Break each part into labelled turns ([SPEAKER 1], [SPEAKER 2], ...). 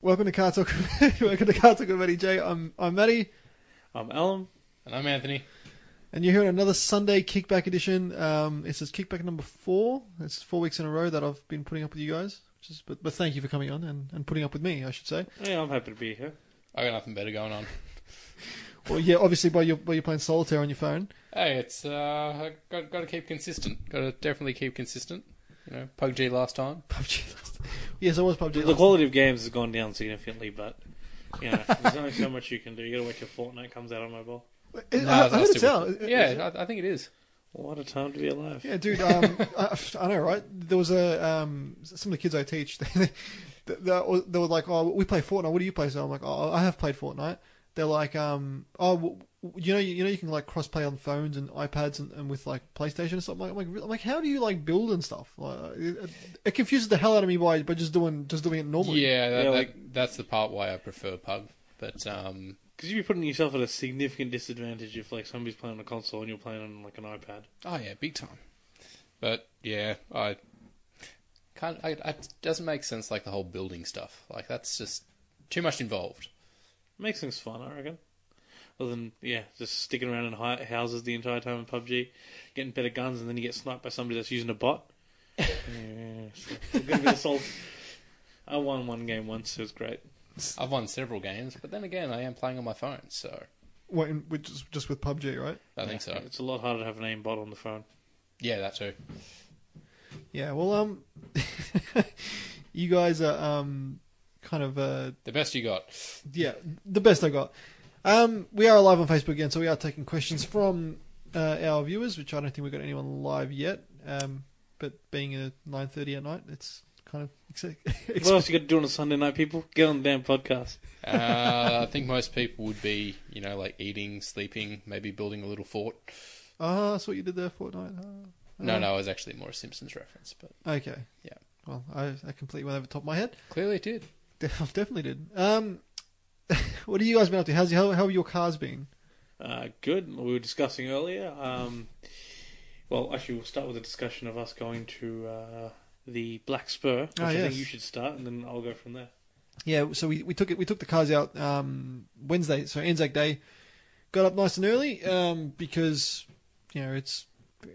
[SPEAKER 1] Welcome to Car Talk. Welcome to Car Talk with Matty J. I'm I'm Matty,
[SPEAKER 2] I'm Alan.
[SPEAKER 3] And I'm Anthony.
[SPEAKER 1] and you're here in another Sunday kickback edition. Um, this is kickback number four. It's four weeks in a row that I've been putting up with you guys. Which is, but but thank you for coming on and, and putting up with me. I should say.
[SPEAKER 2] Yeah, I'm happy to be here.
[SPEAKER 3] I got nothing better going on.
[SPEAKER 1] Well, yeah, obviously by your by you playing solitaire on your phone.
[SPEAKER 3] Hey, it's uh, I got got to keep consistent. Got to definitely keep consistent. You know, PUBG last time.
[SPEAKER 1] PUBG. Last... Yes, I was PUBG.
[SPEAKER 2] The
[SPEAKER 1] Last...
[SPEAKER 2] quality of games has gone down significantly, but you know, there's only so much you can do. You gotta wait till Fortnite comes out on mobile.
[SPEAKER 1] I,
[SPEAKER 3] No,
[SPEAKER 1] I, I
[SPEAKER 3] that's
[SPEAKER 1] heard it's
[SPEAKER 3] stupid.
[SPEAKER 1] out. It- it-
[SPEAKER 3] Yeah, I, I think it is.
[SPEAKER 2] What a time to be alive.
[SPEAKER 1] Yeah, dude. Um, I, I know, right? There was a um, some of the kids I teach. They, they, they were like, "Oh, we play Fortnite. What do you play?" So I'm like, "Oh, I have played Fortnite." They're like, um, "Oh, w- w- you know, you know, you can like cross play on phones and iPads and, and with like PlayStation and stuff." I'm like, I'm like, "Really?" I'm like, how do you like build and stuff? Like, it, it confuses the hell out of me by by just doing just doing it normally.
[SPEAKER 3] Yeah, that,
[SPEAKER 2] Yeah,
[SPEAKER 3] that,
[SPEAKER 2] like-
[SPEAKER 3] that's the part why I prefer pub. But um,
[SPEAKER 2] Because you'd be putting yourself at a significant disadvantage if like somebody's playing on a console and you're playing on like an iPad.
[SPEAKER 3] oh yeah, big time. But yeah, I can't. I, I, it doesn't make sense. Like the whole building stuff. Like that's just too much involved.
[SPEAKER 2] Makes things fun, I reckon. Other than yeah, just sticking around in hi- houses the entire time in PUBG, getting better guns, and then you get sniped by somebody that's using a bot. yeah, so it's gonna be the sole- I won one game once. It was great.
[SPEAKER 3] I've won several games, but then again, I am playing on my phone, so
[SPEAKER 1] What, in- with just, just with PUBG, right?
[SPEAKER 3] I think so.
[SPEAKER 2] It's a lot harder to have an aim bot on the phone.
[SPEAKER 3] Yeah, that too.
[SPEAKER 1] Yeah. Well, um, you guys are um, kind of uh.
[SPEAKER 3] The best you got.
[SPEAKER 1] yeah, the best I got. Um, we are live on Facebook again, so we are taking questions from uh, our viewers, which I don't think we've got anyone live yet. Um, but being a nine thirty at night, it's kind of ex- ex-
[SPEAKER 2] What else you got to do on a Sunday night, people? Get on the damn podcast.
[SPEAKER 3] uh, I think most people would be, you know, like eating, sleeping, maybe building a little fort.
[SPEAKER 1] ah, that's what you did there, Fortnite. Ah,
[SPEAKER 3] No,
[SPEAKER 1] ah.
[SPEAKER 3] no, it was actually more a Simpsons reference, but
[SPEAKER 1] Okay.
[SPEAKER 3] Yeah.
[SPEAKER 1] Well, I, I completely went over the top of my head.
[SPEAKER 3] clearly it did.
[SPEAKER 1] De- definitely did. Um, what have you guys been up to? How's how, how have your cars been?
[SPEAKER 2] Uh, good. We were discussing earlier. Um, well, actually, we'll start with a discussion of us going to uh, the Black Spur, which
[SPEAKER 1] Ah,
[SPEAKER 2] I
[SPEAKER 1] yes.
[SPEAKER 2] think you should start, and then I'll go from there.
[SPEAKER 1] Yeah, so we, we took it. We took the cars out um, Wednesday, so Anzac Day. Got up nice and early um, because you know it's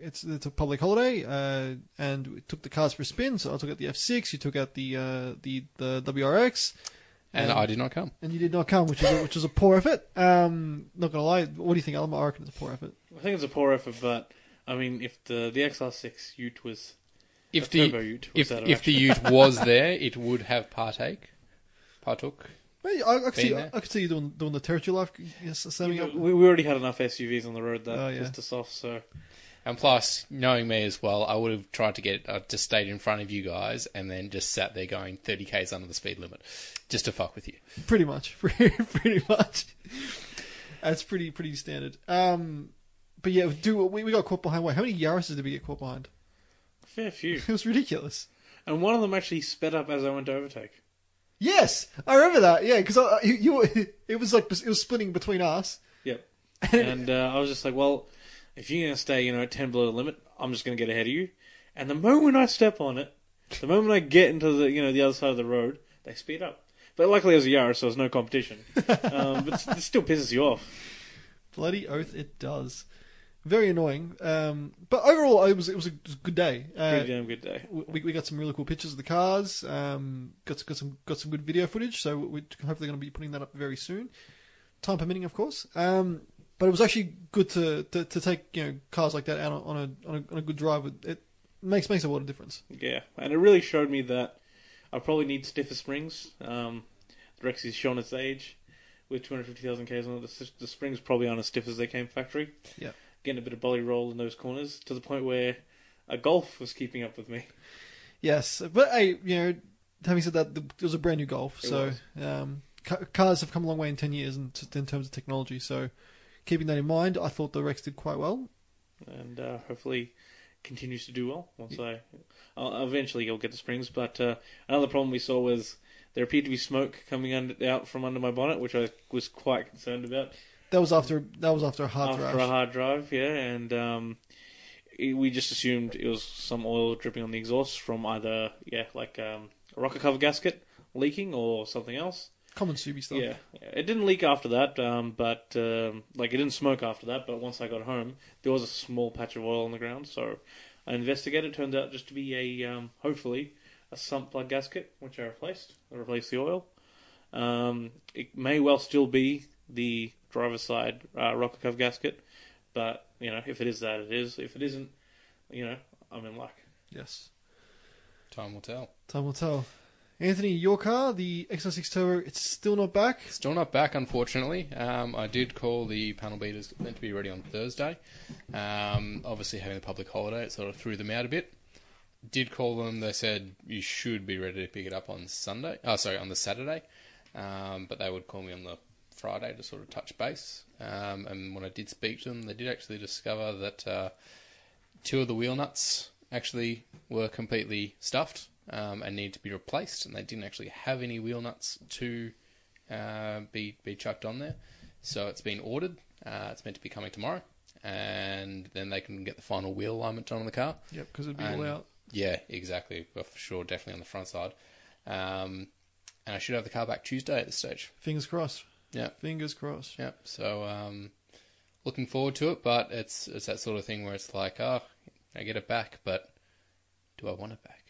[SPEAKER 1] it's it's a public holiday, uh, and we took the cars for a spin. So I took out the F6, you took out the uh, the the WRX,
[SPEAKER 3] And
[SPEAKER 1] Um,
[SPEAKER 3] I did not come.
[SPEAKER 1] and you did not come, which is a, which was a poor effort. Um, not gonna lie, what do you think, Alan? I reckon it's a poor effort.
[SPEAKER 2] I think it's a poor effort, but I mean, if the the XR6 Ute was
[SPEAKER 3] If
[SPEAKER 2] the turbo
[SPEAKER 3] the
[SPEAKER 2] Ute was
[SPEAKER 3] if,
[SPEAKER 2] out of
[SPEAKER 3] if the
[SPEAKER 2] action.
[SPEAKER 3] Ute was there, it would have partake, partook.
[SPEAKER 1] Hey, I, I could see
[SPEAKER 3] Been there.
[SPEAKER 1] I could see you doing doing the territory life, yes, summing up.
[SPEAKER 2] we, we already had enough SUVs on the road that
[SPEAKER 1] Oh, yeah.
[SPEAKER 2] pissed us off. So
[SPEAKER 3] And plus, knowing me as well, I would have tried to get uh, just stayed in front of you guys, and then just sat there going 30 k's under the speed limit, just to fuck with you.
[SPEAKER 1] pretty much pretty much that's pretty pretty standard um but yeah do we, we got caught behind wait how many yaris's did we get caught behind
[SPEAKER 2] fair few,
[SPEAKER 1] it was ridiculous
[SPEAKER 2] and one of them actually sped up as I went to overtake.
[SPEAKER 1] yes i remember that yeah because I, you, you were- it was like it was splitting between us
[SPEAKER 2] Yep. and uh, I was just like, well, if you're going to stay, you know, at 10 below the limit, I'm just going to get ahead of you. And the moment I step on it, the moment I get into the, you know, the other side of the road, they speed up. But luckily it was a Yaris, so it was no competition. um, but it still pisses you off.
[SPEAKER 1] bloody oath it does very annoying um but overall it was it was a, it was a good day uh,
[SPEAKER 2] Pretty damn good day.
[SPEAKER 1] we, we got some really cool pictures of the cars. Um, got got some got some good video footage. So we're hopefully going to be putting that up very soon, time permitting, of course. Um, but it was actually good to, to, to take you know cars like that out on a on a, on a good drive. With, it makes makes a lot of difference.
[SPEAKER 2] Yeah. And it really showed me that I probably need stiffer springs. Um, the Rexy's shown its age. With 250,000 Ks on it, the, the springs probably aren't as stiff as they came factory.
[SPEAKER 1] Yeah.
[SPEAKER 2] Getting a bit of bolly roll in those corners to the point where a golf was keeping up with me.
[SPEAKER 1] Yes, but hey, you know, having said that, the, it was a brand new Golf.
[SPEAKER 2] It
[SPEAKER 1] so
[SPEAKER 2] was.
[SPEAKER 1] um, ca- cars have come a long way in ten years in, in terms of technology. So keeping that in mind, I thought the Rex did quite well.
[SPEAKER 2] and uh, hopefully continues to do well. Once I, I'll, eventually you'll get the springs. But uh, another problem we saw was there appeared to be smoke coming under, out from under my bonnet, which I was quite concerned about
[SPEAKER 1] That was after that was after a hard
[SPEAKER 2] after
[SPEAKER 1] drive.
[SPEAKER 2] a hard drive. Yeah, and um, it- we just assumed it was some oil dripping on the exhaust from either yeah, like um, a rocker cover gasket leaking or something else.
[SPEAKER 1] Common Subi stuff.
[SPEAKER 2] Yeah, yeah. it didn't leak after that, um, but um, like it didn't smoke after that. But once I got home, there was a small patch of oil on the ground, so I investigated. It turned out just to be a um, hopefully a sump plug gasket, which I replaced. I replaced the oil. Um, it may well still be the driver's side uh, rocker cuff gasket, but you know if it is that, it is. If it isn't, you know I'm in luck.
[SPEAKER 1] Yes.
[SPEAKER 3] Time will tell.
[SPEAKER 1] Time will tell. Anthony, your car, the XR6 Turbo, it's still not back.
[SPEAKER 3] Still not back, unfortunately. Um, I did call the panel beaters meant to be ready on Thursday. Um, obviously, having the public holiday, it sort of threw them out a bit. Did call them. They said you should be ready to pick it up on Sunday. Oh, sorry, on the Saturday. Um, but they would call me on the Friday to sort of touch base. Um, and when I did speak to them, they did actually discover that uh, two of the wheel nuts actually were completely stuffed um, and needed to be replaced, and they didn't actually have any wheel nuts to uh, be be chucked on there. So it's been ordered. Uh, it's meant to be coming tomorrow, and then they can get the final wheel alignment done on the car.
[SPEAKER 1] Yep, because it'd be
[SPEAKER 3] And-
[SPEAKER 1] all out.
[SPEAKER 3] Yeah, exactly. But for sure, definitely on the front side. Um, and I should have the car back Tuesday at this stage.
[SPEAKER 1] Fingers crossed.
[SPEAKER 3] Yeah.
[SPEAKER 1] Fingers crossed.
[SPEAKER 3] Yep. So um, looking forward to it, but it's it's that sort of thing where it's like, oh, I get it back, but do I want it back?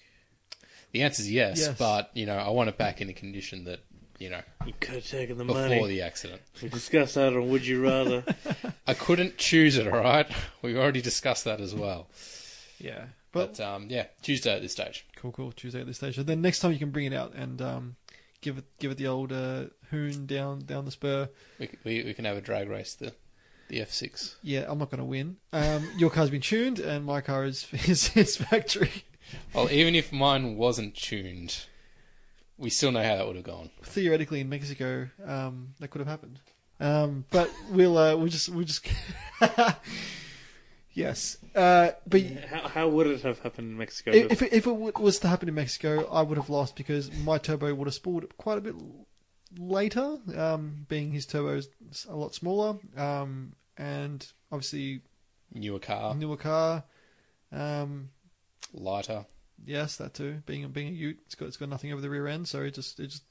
[SPEAKER 3] The answer is yes,
[SPEAKER 1] Yes.
[SPEAKER 3] but you know, I want it back in a condition that you know
[SPEAKER 2] You could have taken the
[SPEAKER 3] before
[SPEAKER 2] money.
[SPEAKER 3] the accident.
[SPEAKER 2] We discussed that on Would You Rather.
[SPEAKER 3] I couldn't choose it. All right, we already discussed that as well.
[SPEAKER 1] Yeah. But,
[SPEAKER 3] But um, yeah, Tuesday at this stage.
[SPEAKER 1] cool, cool. Tuesday at this stage. So then next time you can bring it out and um, give it give it the old uh, hoon down down the spur.
[SPEAKER 3] We, c- we we can have a drag race the the F six.
[SPEAKER 1] Yeah, I'm not going to win. Um, your car's been tuned, and my car is is, is factory.
[SPEAKER 3] Well, even if mine wasn't tuned, we still know how that would have gone.
[SPEAKER 1] Theoretically, in Mexico, um, that could have happened. Um, but we'll uh, we'll just we'll just. yes, uh, but.
[SPEAKER 2] How, how would it have happened in Mexico?
[SPEAKER 1] If if it, if it w- was to happen in Mexico, I would have lost because my turbo would have spooled quite a bit later, um, being his turbo is a lot smaller, um, and obviously
[SPEAKER 3] Newer car,
[SPEAKER 1] newer car. Um,
[SPEAKER 3] lighter.
[SPEAKER 1] yes, that too. Being a being a Ute, it's got it's got nothing over the rear end, so it just it just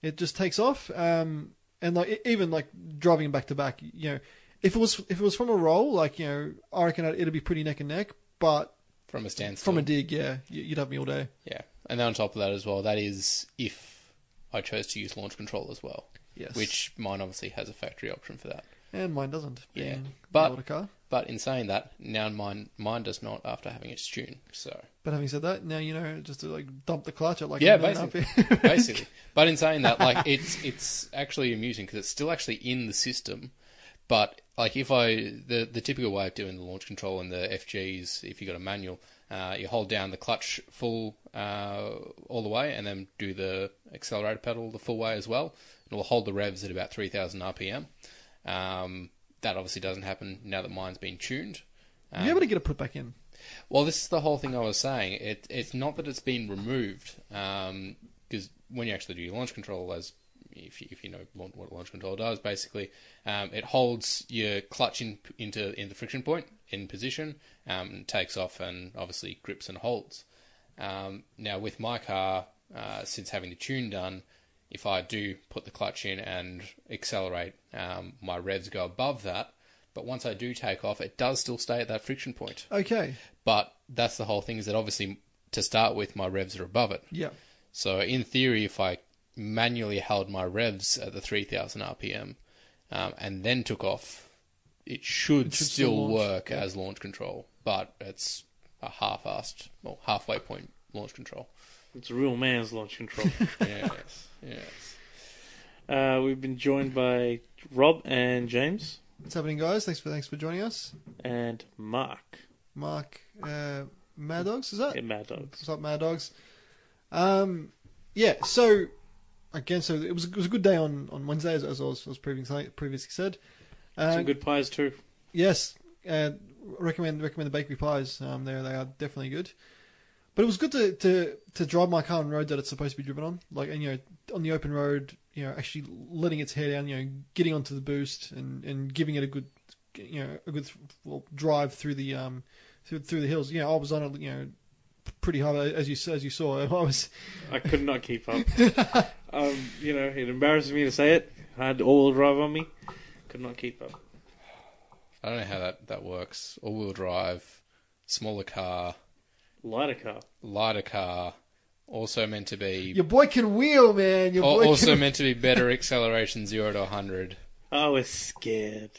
[SPEAKER 1] it just takes off. Um, and like e- even like driving back to back, you know, if it was if it was from a roll, like you know, I reckon it'd it'd be pretty neck and neck. But
[SPEAKER 3] From a standstill.
[SPEAKER 1] from a dig, yeah, you- you'd have me all day.
[SPEAKER 3] yeah. And then on top of that as well, that is if I chose to use launch control as well,
[SPEAKER 1] Yes,
[SPEAKER 3] which mine obviously has a factory option for that.
[SPEAKER 1] And mine doesn't.
[SPEAKER 3] Yeah.
[SPEAKER 1] being
[SPEAKER 3] But-
[SPEAKER 1] an older car.
[SPEAKER 3] But in saying that, now mine mine does not after having its tune. So
[SPEAKER 1] But having said that, now you know just to like dump the clutch at like
[SPEAKER 3] Yeah,
[SPEAKER 1] a million
[SPEAKER 3] basically.
[SPEAKER 1] RPM.
[SPEAKER 3] basically, but in saying that, like it's it's actually amusing because it's still actually in the system. But like if I the the typical way of doing the launch control and the FGs, if you got a manual, uh, you hold down the clutch full uh, all the way, and then do the accelerator pedal the full way as well. and It will hold the revs at about three thousand RPM. Um, that obviously doesn't happen now that mine's been tuned.
[SPEAKER 1] You're able to get it put back in.
[SPEAKER 3] Well, this is the whole thing I was saying. It, it's not that it's been removed, because when you actually do your launch control, as if you, if you know laun- what launch control does, basically, um, it holds your clutch in, into in the friction point in position, um, and takes off, and obviously grips and holds. Um, now, with my car, uh, since having the tune done, if I do put the clutch in and accelerate, um, my revs go above that. But once I do take off, it does still stay at that friction point.
[SPEAKER 1] Okay.
[SPEAKER 3] But that's the whole thing is that obviously to start with my revs are above it.
[SPEAKER 1] Yeah.
[SPEAKER 3] So in theory, if I manually held my revs at the 3000 RPM um, and then took off, it should,
[SPEAKER 1] It should still
[SPEAKER 3] still
[SPEAKER 1] launch,
[SPEAKER 3] work as launch control. But it's a half-assed, well, halfway point launch control.
[SPEAKER 2] It's a real man's launch control.
[SPEAKER 3] yes, yes.
[SPEAKER 2] uh, we've been joined by Rob and James
[SPEAKER 1] What's happening, guys? Thanks for thanks for joining us.
[SPEAKER 2] and Mark
[SPEAKER 1] Mark, uh, Mad Dogs, is that?
[SPEAKER 2] at Mad Dogs.
[SPEAKER 1] What's up, Mad Dogs? Um, yeah. So again, so it was it was a good day on on Wednesday, as, as I was, was previously previously said. Uh,
[SPEAKER 2] Some good pies too.
[SPEAKER 1] Yes, uh, recommend recommend the bakery pies. Um, there they are definitely good. But it was good to, to, to drive my car on roads that it's supposed to be driven on, like and you know on the open road, you know actually letting its hair down, you know getting onto the boost and, and giving it a good, you know a good well, drive through the um through through the hills. You know I was on it, you know pretty hard, as you as you saw. I was
[SPEAKER 2] I could not keep up. um, you know, it embarrasses me to say it. I had all-wheel drive on me. Could not keep up.
[SPEAKER 3] I don't know how that, that works. All wheel drive, smaller car,
[SPEAKER 2] Lighter car.
[SPEAKER 3] lighter car, also meant to be
[SPEAKER 1] your boy can wheel, man. Your
[SPEAKER 3] al-
[SPEAKER 1] boy
[SPEAKER 3] also
[SPEAKER 1] can.
[SPEAKER 3] meant to be better acceleration zero to hundred.
[SPEAKER 2] I was scared.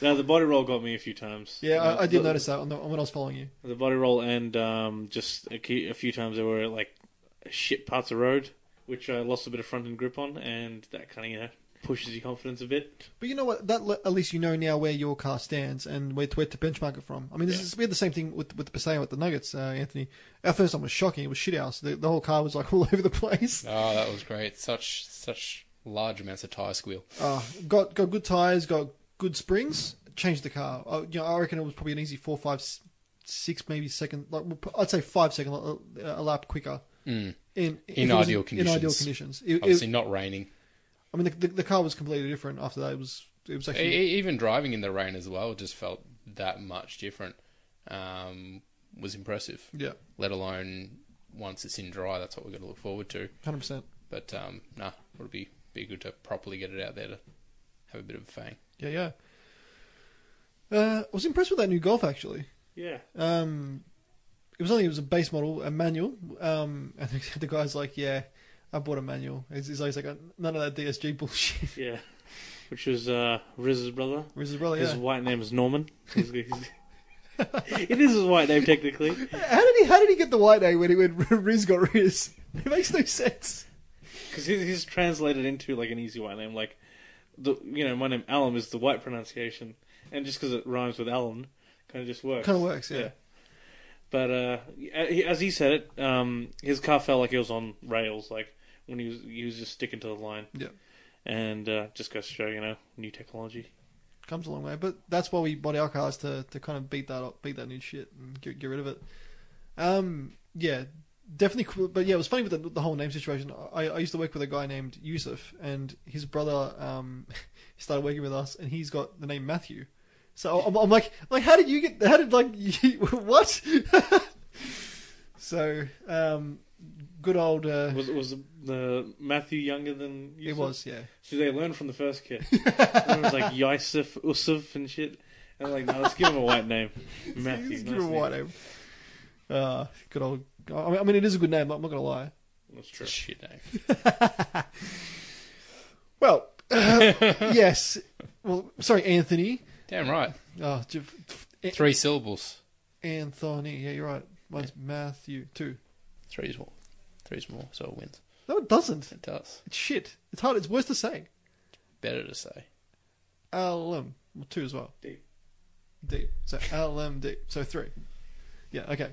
[SPEAKER 2] No, the body roll got me a few times.
[SPEAKER 1] Yeah, I, I did
[SPEAKER 2] The-
[SPEAKER 1] notice that on the, when I was following you.
[SPEAKER 2] The body roll and um, just a, key, a few times there were like shit parts of road, which I lost a bit of front end grip on, and that kind of you know pushes your confidence a bit.
[SPEAKER 1] But you know what? That le- at least you know now where your car stands and where to, where to benchmark it from. I mean, this
[SPEAKER 2] Yeah.
[SPEAKER 1] is, we had the same thing with with the same with the Nuggets, uh, Anthony. Our first time was shocking. It was shit house. The, the whole car was like all over the place.
[SPEAKER 3] Oh, that was great. Such such large amounts of tire squeal.
[SPEAKER 1] Uh, got got good tires. Got good springs. Changed the car. Uh, you know, I reckon it was probably an easy four, five, s- six, maybe second. Like I'd say five second uh, a lap quicker.
[SPEAKER 3] Mm.
[SPEAKER 1] In, if
[SPEAKER 3] In
[SPEAKER 1] it was
[SPEAKER 3] ideal
[SPEAKER 1] In ideal
[SPEAKER 3] conditions.
[SPEAKER 1] conditions. It- it-
[SPEAKER 3] Obviously, not raining.
[SPEAKER 1] I mean, the, the, the car was completely different after that. It was it was
[SPEAKER 3] E-
[SPEAKER 1] actually
[SPEAKER 3] e- even driving in the rain as well just felt that much different. Um, was impressive.
[SPEAKER 1] yeah,
[SPEAKER 3] Let alone once it's in dry, that's what we're going to look forward to.
[SPEAKER 1] hundred percent.
[SPEAKER 3] But um, nah, it'll be be good to properly get it out there to have a bit of a fang.
[SPEAKER 1] Yeah, yeah. Uh, I was impressed with that new Golf actually.
[SPEAKER 2] Yeah,
[SPEAKER 1] Um, it was only it was a base model, a manual. Um, and the guy's like, "Yeah, I bought a manual." He's, he's like, "Uh, "None of that DSG bullshit."
[SPEAKER 2] yeah. Which was uh, Riz's brother.
[SPEAKER 1] Which is really
[SPEAKER 2] His
[SPEAKER 1] Oh, yeah.
[SPEAKER 2] white name is Norman. He's- he's- it is his white name technically.
[SPEAKER 1] How did he how did he get the white name when he when Riz got Riz? It makes no sense.
[SPEAKER 2] because he's, he's translated into like an easy white name. Like the you know my name Alum is the white pronunciation, and just because it rhymes with Allen, kind of just works.
[SPEAKER 1] Kind of works, yeah.
[SPEAKER 2] But uh, a- as he said it, um, his car felt like it was on rails, like when he was he was just sticking to the line.
[SPEAKER 1] Yeah.
[SPEAKER 2] And uh, just goes to show, you know, new technology.
[SPEAKER 1] Comes a long way, but that's why we bought our cars to, to kind of beat that up, beat that new shit and get, get rid of it. Um, yeah, definitely. cool- But yeah, it was funny with the, the whole name situation. I, I used to work with a guy named Yusuf, and his brother um, started working with us, and he's got the name Matthew. So I'm, I'm like, like, how did you get? How did like you, what? so, um, good old. Uh,
[SPEAKER 2] Was was the Matthew younger than
[SPEAKER 1] it
[SPEAKER 2] Yusuf?
[SPEAKER 1] was, yeah.
[SPEAKER 2] So they learned from the first kid. and it was like Yusuf, Usuf, and shit. And like, no, let's give him a white name, Matthew.
[SPEAKER 1] Just give
[SPEAKER 2] nice
[SPEAKER 1] him a
[SPEAKER 2] name.
[SPEAKER 1] white name. Uh, good old. I mean- I mean, it is a good name. I'm not gonna lie.
[SPEAKER 2] That's true.
[SPEAKER 3] Shit, no.
[SPEAKER 1] Well, uh, yes. Well, sorry, Anthony.
[SPEAKER 3] Damn right.
[SPEAKER 1] Oh, j- A-
[SPEAKER 3] Three syllables.
[SPEAKER 1] Anthony. Yeah, you're right. Mine's Matthew too.
[SPEAKER 3] Three is more. Three is more, so it wins.
[SPEAKER 1] No, it doesn't.
[SPEAKER 3] It does.
[SPEAKER 1] It's shit. It's hard. It's worse to say.
[SPEAKER 3] Better to say.
[SPEAKER 1] LM well, two as well.
[SPEAKER 2] D.
[SPEAKER 1] D. So LMD. So three. Yeah. Okay.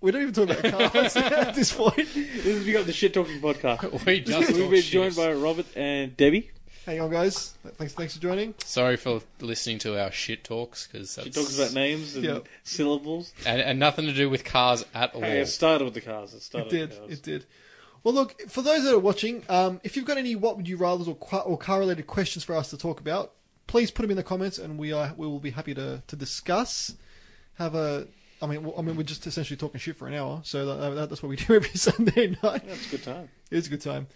[SPEAKER 1] We don't even talk about cars at this point.
[SPEAKER 2] This is we got the shit talking podcast.
[SPEAKER 3] We just
[SPEAKER 2] We've
[SPEAKER 3] talk
[SPEAKER 2] been
[SPEAKER 3] shit.
[SPEAKER 2] joined by Robert and Debbie.
[SPEAKER 1] Hang on, guys. Thanks. Thanks for joining.
[SPEAKER 3] Sorry for listening to our shit talks because
[SPEAKER 2] She talks about names and
[SPEAKER 1] Yeah.
[SPEAKER 2] syllables.
[SPEAKER 3] and, and nothing to do with cars at all.
[SPEAKER 2] Hey, it started with the cars. It started.
[SPEAKER 1] It did.
[SPEAKER 2] With the cars.
[SPEAKER 1] It did. Well, look for those that are watching. Um, if you've got any what would you rather's or qua- or car related questions for us to talk about, please put them in the comments, and we are we will be happy to, to discuss. Have a, I mean, well, I mean, we're just essentially talking shit for an hour, so that, that, that's what we do every Sunday night.
[SPEAKER 2] Yeah, it's a good time.
[SPEAKER 1] It's a good time.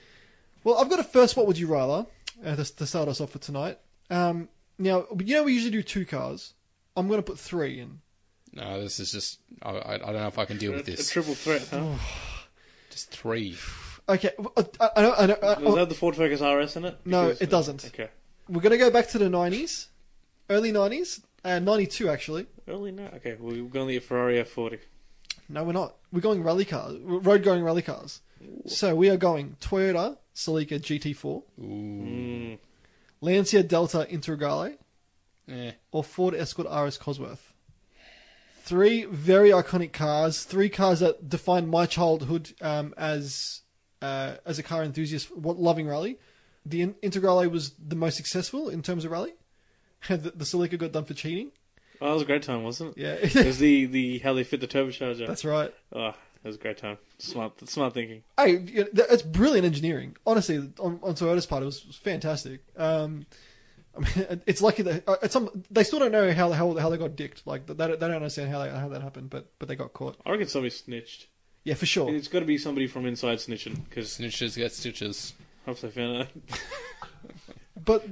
[SPEAKER 1] Well, I've got a first. What would you rather? Uh, to, to start us off for tonight. Um, now you know we usually do two cars. I'm going to put three in.
[SPEAKER 3] No, this is just. I, I, I don't know if I can deal
[SPEAKER 2] A,
[SPEAKER 3] with
[SPEAKER 2] a
[SPEAKER 3] this.
[SPEAKER 2] triple threat. Huh?
[SPEAKER 3] Just three.
[SPEAKER 1] Okay, I, I, I, know- I, know- I,
[SPEAKER 2] Does that have the Ford Focus RS in it?
[SPEAKER 1] Oh. No, it doesn't.
[SPEAKER 2] Okay.
[SPEAKER 1] We're going to go back to the 90s, early 90s, uh, 92 actually.
[SPEAKER 2] Early no. Okay, well, we're going to get Ferrari F40.
[SPEAKER 1] No, we're not. We're going rally cars, road going rally cars. So we are going Toyota Celica GT4,
[SPEAKER 3] Ooh.
[SPEAKER 2] Mm.
[SPEAKER 1] Lancia Delta Integrale,
[SPEAKER 3] Eh.
[SPEAKER 1] or Ford Escort RS Cosworth. Three very iconic cars, three cars that defined my childhood um, as uh, as a car enthusiast, what loving rally. The In- Integrale was the most successful in terms of rally. the, the Celica got done for cheating.
[SPEAKER 2] Oh, that was a great time, wasn't it?
[SPEAKER 1] Yeah,
[SPEAKER 2] It was the, the how they fit the turbocharger.
[SPEAKER 1] that's right.
[SPEAKER 2] Oh, that was a great time. Smart, smart thinking.
[SPEAKER 1] Hey, you know, that- that's brilliant engineering. Honestly, on, on Toyota's part, it was, was fantastic. Um, I mean, it's lucky that uh, it's some they still don't know how the hell how they got dicked. Like they don't, they don't understand how they, how that happened, but but they got caught.
[SPEAKER 2] I reckon somebody snitched.
[SPEAKER 1] Yeah, for sure.
[SPEAKER 2] It's got to be somebody from inside snitching because
[SPEAKER 3] Snitches get stitches.
[SPEAKER 2] perhaps they found out.
[SPEAKER 1] But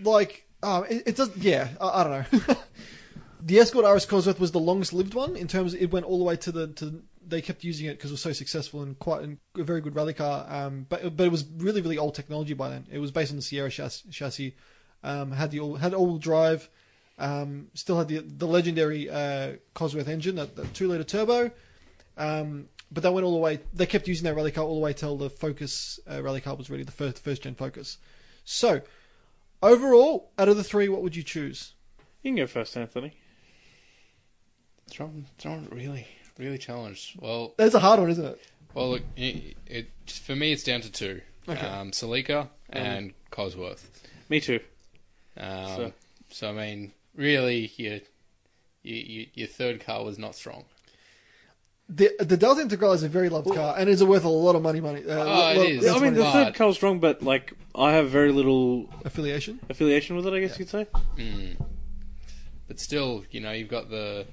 [SPEAKER 1] like, um, it, it does. Yeah, I, I don't know. the escort RS Cosworth was the longest lived one in terms. It went all the way to the to. They kept using it because it was so successful and quite and a very good rally car. Um, but but it was really really old technology by then. It was based on the Sierra chas- chassis. Um, had the all had all drive. Um, still had the the legendary uh, Cosworth engine, that, that two liter turbo. Um, but they went all the way. They kept using that rally car all the way till the Focus uh, rally car was ready, the first first gen Focus. So, overall, out of the three, what would you choose?
[SPEAKER 2] You can go first, Anthony.
[SPEAKER 3] Throwing, throwing really, really challenged. Well,
[SPEAKER 1] That's a hard one, isn't it?
[SPEAKER 3] well, look, it, it for me it's down to two.
[SPEAKER 1] Okay.
[SPEAKER 3] Um, Salika and Cosworth.
[SPEAKER 2] Me too.
[SPEAKER 3] Um, so.
[SPEAKER 2] So-
[SPEAKER 3] I mean, really, your, your your- your third car was not strong.
[SPEAKER 1] The the Delta Integral is a very loved car and is worth a lot of money. money uh,
[SPEAKER 3] Oh, it
[SPEAKER 1] lot-
[SPEAKER 3] is.
[SPEAKER 1] lots
[SPEAKER 2] I
[SPEAKER 1] of
[SPEAKER 2] mean,
[SPEAKER 1] money.
[SPEAKER 2] the
[SPEAKER 3] funny.
[SPEAKER 2] third
[SPEAKER 3] But-
[SPEAKER 2] car was wrong, but like I have very little
[SPEAKER 1] affiliation.
[SPEAKER 2] affiliation with it. I guess you'd say.
[SPEAKER 3] Mm. But still, you know, you've got the,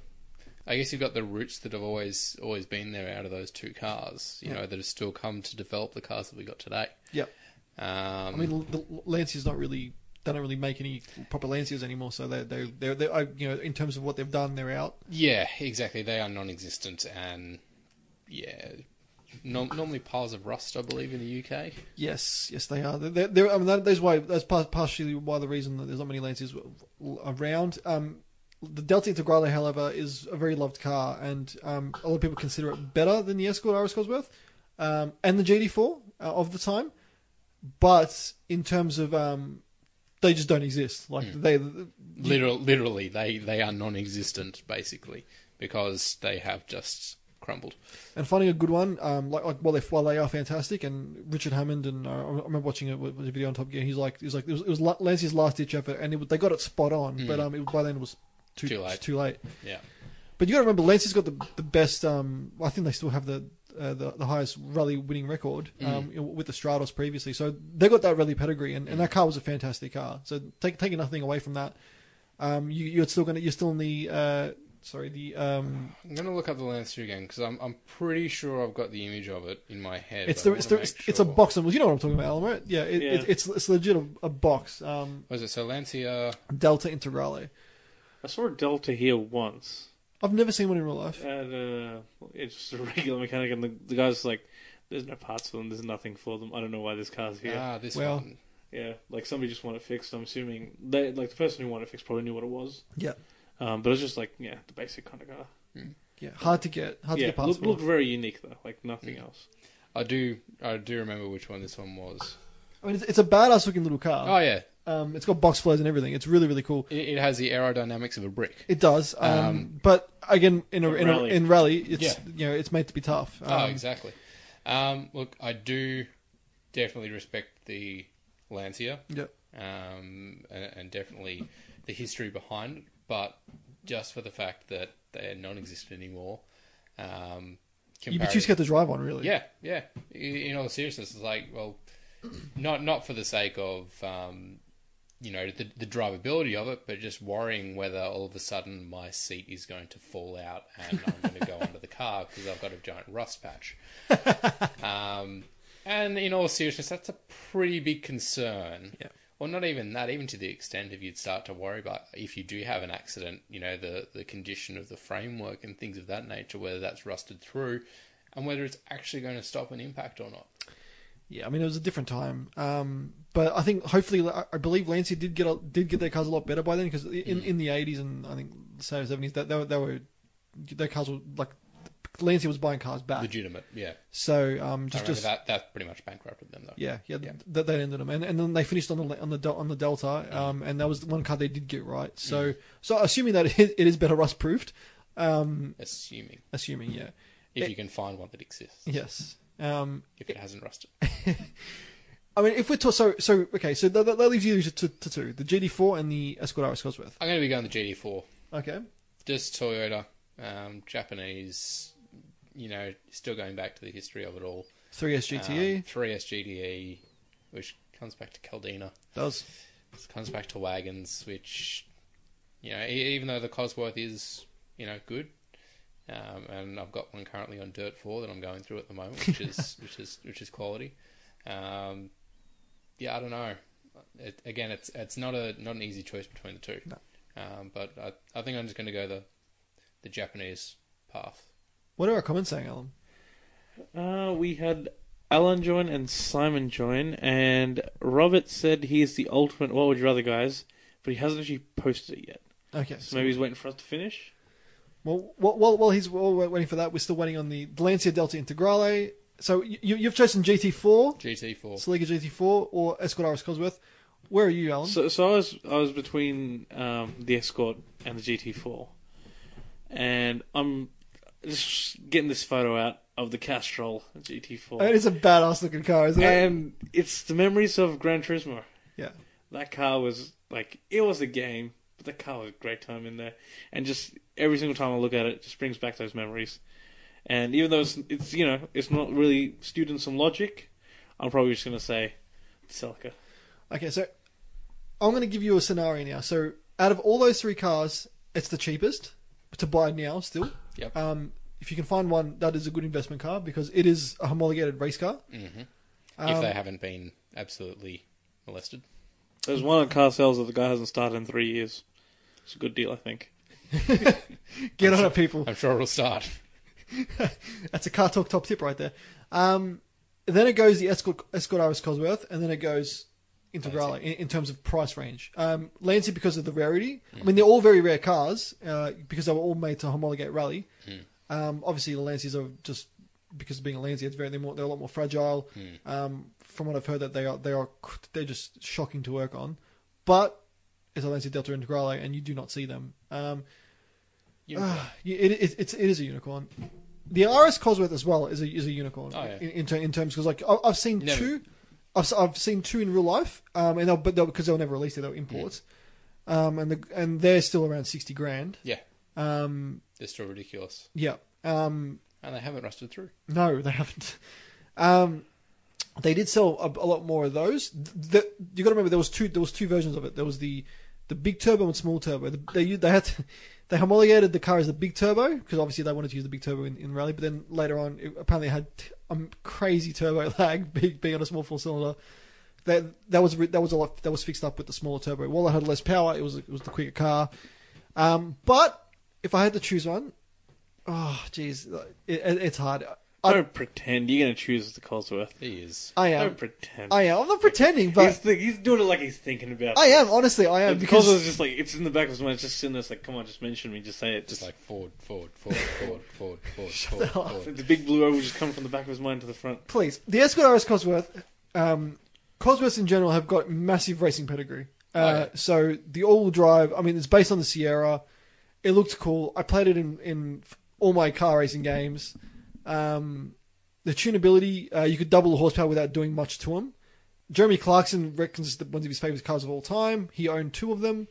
[SPEAKER 3] I guess you've got the roots that have always always been there out of those two cars. You
[SPEAKER 1] Yeah.
[SPEAKER 3] know, that have still come to develop the cars that we got today.
[SPEAKER 1] Yeah, I
[SPEAKER 3] Um,
[SPEAKER 1] mean, the Lancia's not really they don't really make any proper Lancias anymore, so they they they they are, you know in terms of what they've done, they're out.
[SPEAKER 3] yeah, exactly. They are non-existent, and yeah, norm normally piles of rust, I believe, in the UK.
[SPEAKER 1] Yes, yes, they are. They're, they're, I mean, that, that's why that's par- partially why the reason that there's not many Lancias around. Um, the Delta Integrale, however, is a very loved car, and um, a lot of people consider it better than the Escort RS Cosworth um, and the GD4 uh, of the time. But in terms of, um, they just don't exist. Like they,
[SPEAKER 3] Literal, literally, they they are non-existent basically because they have just crumbled.
[SPEAKER 1] and finding a good one, um, like, like while they while they are fantastic, and Richard Hammond and uh, I remember watching a, was a video on Top Gear. He's like, he's like, it was, it was La- Lancey's last ditch effort, and it, was- they got it spot on, but um, it, by then it was too,
[SPEAKER 3] Too
[SPEAKER 1] too
[SPEAKER 3] late.
[SPEAKER 1] late. Too late.
[SPEAKER 3] Yeah.
[SPEAKER 1] But you got to remember, Lancey's got the the best. Um, I think they still have the. Uh, the, the highest rally winning record um, you know, with the Stratos previously, so they got that rally pedigree, and, and that car was a fantastic car. So take, taking nothing away from that, um, you, you're still gonna you're still in the uh, sorry the um,
[SPEAKER 3] I'm gonna look up the Lancer again because I'm I'm pretty sure I've got the image of it in my head.
[SPEAKER 1] It's
[SPEAKER 3] but
[SPEAKER 1] the,
[SPEAKER 3] I
[SPEAKER 1] it's, the,
[SPEAKER 3] wanna
[SPEAKER 1] it's,
[SPEAKER 3] make
[SPEAKER 1] it's a
[SPEAKER 3] sure.
[SPEAKER 1] box and you know what I'm talking about, Alan, right? Yeah, it,
[SPEAKER 2] Yeah.
[SPEAKER 1] It, it's it's legit a, a box. Um,
[SPEAKER 3] Was it so Lancia?
[SPEAKER 1] Delta Integrale.
[SPEAKER 2] I saw a Delta here once.
[SPEAKER 1] I've never seen one in real life.
[SPEAKER 2] And uh, it's just a regular mechanic, and the, the guy's like, "There's no parts for them. There's nothing for them. I don't know why this car's here."
[SPEAKER 3] Ah, this
[SPEAKER 1] Well-
[SPEAKER 3] one.
[SPEAKER 2] Yeah, like somebody just wanted it fixed. I'm assuming they like the person who wanted it fixed probably knew what it was.
[SPEAKER 1] Yeah,
[SPEAKER 2] Um, but it's just like yeah, the basic kind of car.
[SPEAKER 1] yeah, hard to get, hard
[SPEAKER 2] yeah,
[SPEAKER 1] to get past.
[SPEAKER 2] look, looked very unique though, like nothing else.
[SPEAKER 3] I do I do remember which one this one was.
[SPEAKER 1] I mean, it's, it's a badass looking little
[SPEAKER 3] Oh
[SPEAKER 1] car.
[SPEAKER 3] yeah,
[SPEAKER 1] Um, it's got box floors and everything. It's really really cool.
[SPEAKER 3] it, it has the aerodynamics of a brick.
[SPEAKER 1] It does, um, but again, in a,
[SPEAKER 2] But
[SPEAKER 1] in, a,
[SPEAKER 2] rally.
[SPEAKER 1] in rally, it's
[SPEAKER 3] Yeah.
[SPEAKER 1] you know it's made to be tough. Um,
[SPEAKER 3] oh, exactly. Um, look, I do definitely respect the Lancia.
[SPEAKER 1] Yeah,
[SPEAKER 3] um, and, and definitely the history behind, it, but just for the fact that they're non-existent anymore. Um,
[SPEAKER 1] you'd be
[SPEAKER 3] comparative-
[SPEAKER 1] too scared to drive on, really.
[SPEAKER 3] Yeah, yeah. I- In all seriousness, it's like, well, not not for the sake of um, you know the, the drivability of it, but just worrying whether all of a sudden my seat is going to fall out and I'm going to go under the car because I've got a giant rust patch. Um, and in all seriousness, that's a pretty big concern.
[SPEAKER 1] Yeah.
[SPEAKER 3] Well, not even that, even to the extent of you'd start to worry about if you do have an accident, you know, the, the condition of the framework and things of that nature, whether that's rusted through and whether it's actually going to stop an impact or not.
[SPEAKER 1] Yeah, I mean it was a different time, um, but I think hopefully I I believe Lancia did get a, did get their cars a lot better by then because in, in the eighties and I think the seventies that they, were- they were their cars were like Lancia was buying cars back,
[SPEAKER 3] Legitimate, yeah.
[SPEAKER 1] so um, Ah.
[SPEAKER 3] I
[SPEAKER 1] just
[SPEAKER 3] remember
[SPEAKER 1] just
[SPEAKER 3] that, that pretty much bankrupted them, though.
[SPEAKER 1] yeah yeah, th That, that ended them and, and then they finished on the on the Del- on the Delta um, and that was the one car they did get right so so assuming that it, it is better rust proofed, um,
[SPEAKER 3] Assuming,
[SPEAKER 1] assuming yeah
[SPEAKER 3] if
[SPEAKER 1] It-
[SPEAKER 3] you can find one that exists,
[SPEAKER 1] yes um,
[SPEAKER 3] if it hasn't rusted.
[SPEAKER 1] I mean if we're ta- so so okay so that, that that leaves you to, to, to two the GD4 and the Escort RS Cosworth.
[SPEAKER 3] I'm going to be going the GD4.
[SPEAKER 1] Okay.
[SPEAKER 3] Just Toyota, um, Japanese, you know, still going back to the history of it all.
[SPEAKER 1] 3S
[SPEAKER 3] Um,
[SPEAKER 1] GTE.
[SPEAKER 3] 3S GTE, which comes E, back to Caldina.
[SPEAKER 1] that was
[SPEAKER 3] It comes back to wagons, which you know, e- even though the Cosworth is you know good, um, and I've got one currently on Dirt Four that I'm going through at the moment, which is which is which is quality. Um, yeah, I don't know. It, again, it's it's not a not an easy choice between the two.
[SPEAKER 1] No.
[SPEAKER 3] Um, but I, I think I'm just going to go the the Japanese path.
[SPEAKER 1] What are our comments saying, Alan?
[SPEAKER 2] Uh, we had Alan join and Simon join, and Robert said he is the ultimate what would you rather guys, but he hasn't actually posted it yet.
[SPEAKER 1] Okay,
[SPEAKER 2] So maybe he's waiting for us to finish.
[SPEAKER 1] Well, while, while, while he's while we're waiting for that, we're still waiting on the Lancia Delta Integrale. So you, you've chosen GT4,
[SPEAKER 3] GT4.
[SPEAKER 1] Saliga GT4, or Escudaris Cosworth. Where are you, Alan?
[SPEAKER 2] So, so I was I was between um, the Escort and the GT4, and I'm just getting this photo out of the Castrol GT4,
[SPEAKER 1] Oh, it is a badass looking car, isn't it?
[SPEAKER 2] and it's the memories of Gran Turismo.
[SPEAKER 1] Yeah.
[SPEAKER 2] that car was like it was a game, but that car was a great time in there, and just every single time I look at it, it just brings back those memories. And even though it's, it's you know it's not really stewed in some logic, I'm probably just gonna say Celica.
[SPEAKER 1] Okay, so I'm going to give you a scenario now. So out of all those three cars, it's the cheapest to buy now. Still,
[SPEAKER 3] Yep.
[SPEAKER 1] um, if you can find one, that is a good investment car because it is a homologated race car.
[SPEAKER 3] hmm if
[SPEAKER 1] Um,
[SPEAKER 3] they haven't been absolutely molested.
[SPEAKER 2] There's one on car sales that the guy hasn't started in three years. It's a good deal, I think.
[SPEAKER 1] Get on it, people.
[SPEAKER 3] I'm sure it'll start.
[SPEAKER 1] That's a car talk top tip right there. Um, then it goes the Escort, Escort RS Cosworth, and then it goes Integrale in, in terms of price range. Um, Lancia because of the rarity. I mean, they're all very rare cars uh, because they were all made to homologate rally.
[SPEAKER 3] Hmm.
[SPEAKER 1] Um, obviously, the Lancias are just because of being a Lancia, it's very they're, more, they're a lot more fragile.
[SPEAKER 3] Hmm.
[SPEAKER 1] Um, from what I've heard, that they are they are cr- they're just shocking to work on. But it's a Lancia Delta Integrale, and you do not see them. Um,
[SPEAKER 3] Unicorn.
[SPEAKER 1] Ah, yeah, it, it, it's, it is a unicorn. The RS Cosworth as well is a is a unicorn
[SPEAKER 3] Oh, yeah.
[SPEAKER 1] in, in, ter- in terms because like I- I've seen
[SPEAKER 3] Never-
[SPEAKER 1] two, I've, s- I've seen two in real life, um, and they'll, but they'll, because they were never released, they were imports, um, and the, and they're still around sixty grand.
[SPEAKER 3] Yeah,
[SPEAKER 1] Um,
[SPEAKER 3] they're still ridiculous,
[SPEAKER 1] yeah, um,
[SPEAKER 3] and they haven't rusted through.
[SPEAKER 1] no, they haven't. Um, they did sell a, a lot more of those. The, you got to remember there was two there was two versions of it. There was the the big turbo and small turbo. The, they they had to, they homologated the car as the big turbo because obviously they wanted to use the big turbo in, in rally. But then later on, it apparently had t- um, crazy turbo lag being, being on a small four cylinder. That that was re- that was a lot that was fixed up with the smaller turbo. While it had less power, it was it was the quicker car. Um, but if I had to choose one, oh jeez, it, it, it's hard. I-
[SPEAKER 2] don't pretend you're gonna choose the Cosworth.
[SPEAKER 3] He is.
[SPEAKER 1] I am.
[SPEAKER 2] Don't pretend.
[SPEAKER 1] I am. I'm not pretending,
[SPEAKER 2] he's,
[SPEAKER 1] but
[SPEAKER 2] think he's doing it like he's thinking about.
[SPEAKER 1] I
[SPEAKER 2] it.
[SPEAKER 1] am. Honestly, I am
[SPEAKER 2] And because
[SPEAKER 1] because
[SPEAKER 2] it's just like it's in the back of his mind. It's just sitting there. It's like, come on, just mention me. Just say it.
[SPEAKER 3] Just
[SPEAKER 2] Just like
[SPEAKER 3] like forward, forward, forward, forward, forward, forward, forward,
[SPEAKER 1] up.
[SPEAKER 3] forward.
[SPEAKER 2] the big blue oval just come from the back of his mind to the front.
[SPEAKER 1] please, the Escort RS Cosworth, um, Cosworths in general have got massive racing pedigree. Uh,
[SPEAKER 3] Oh, yeah.
[SPEAKER 1] So the all-wheel drive. I mean, it's based on the Sierra. It looked cool. I played it in in all my car racing games. Um, the tunability. Uh, you could double the horsepower without doing much to them. Jeremy Clarkson reckons it's the- one of his favorite cars of all time. He owned two of them.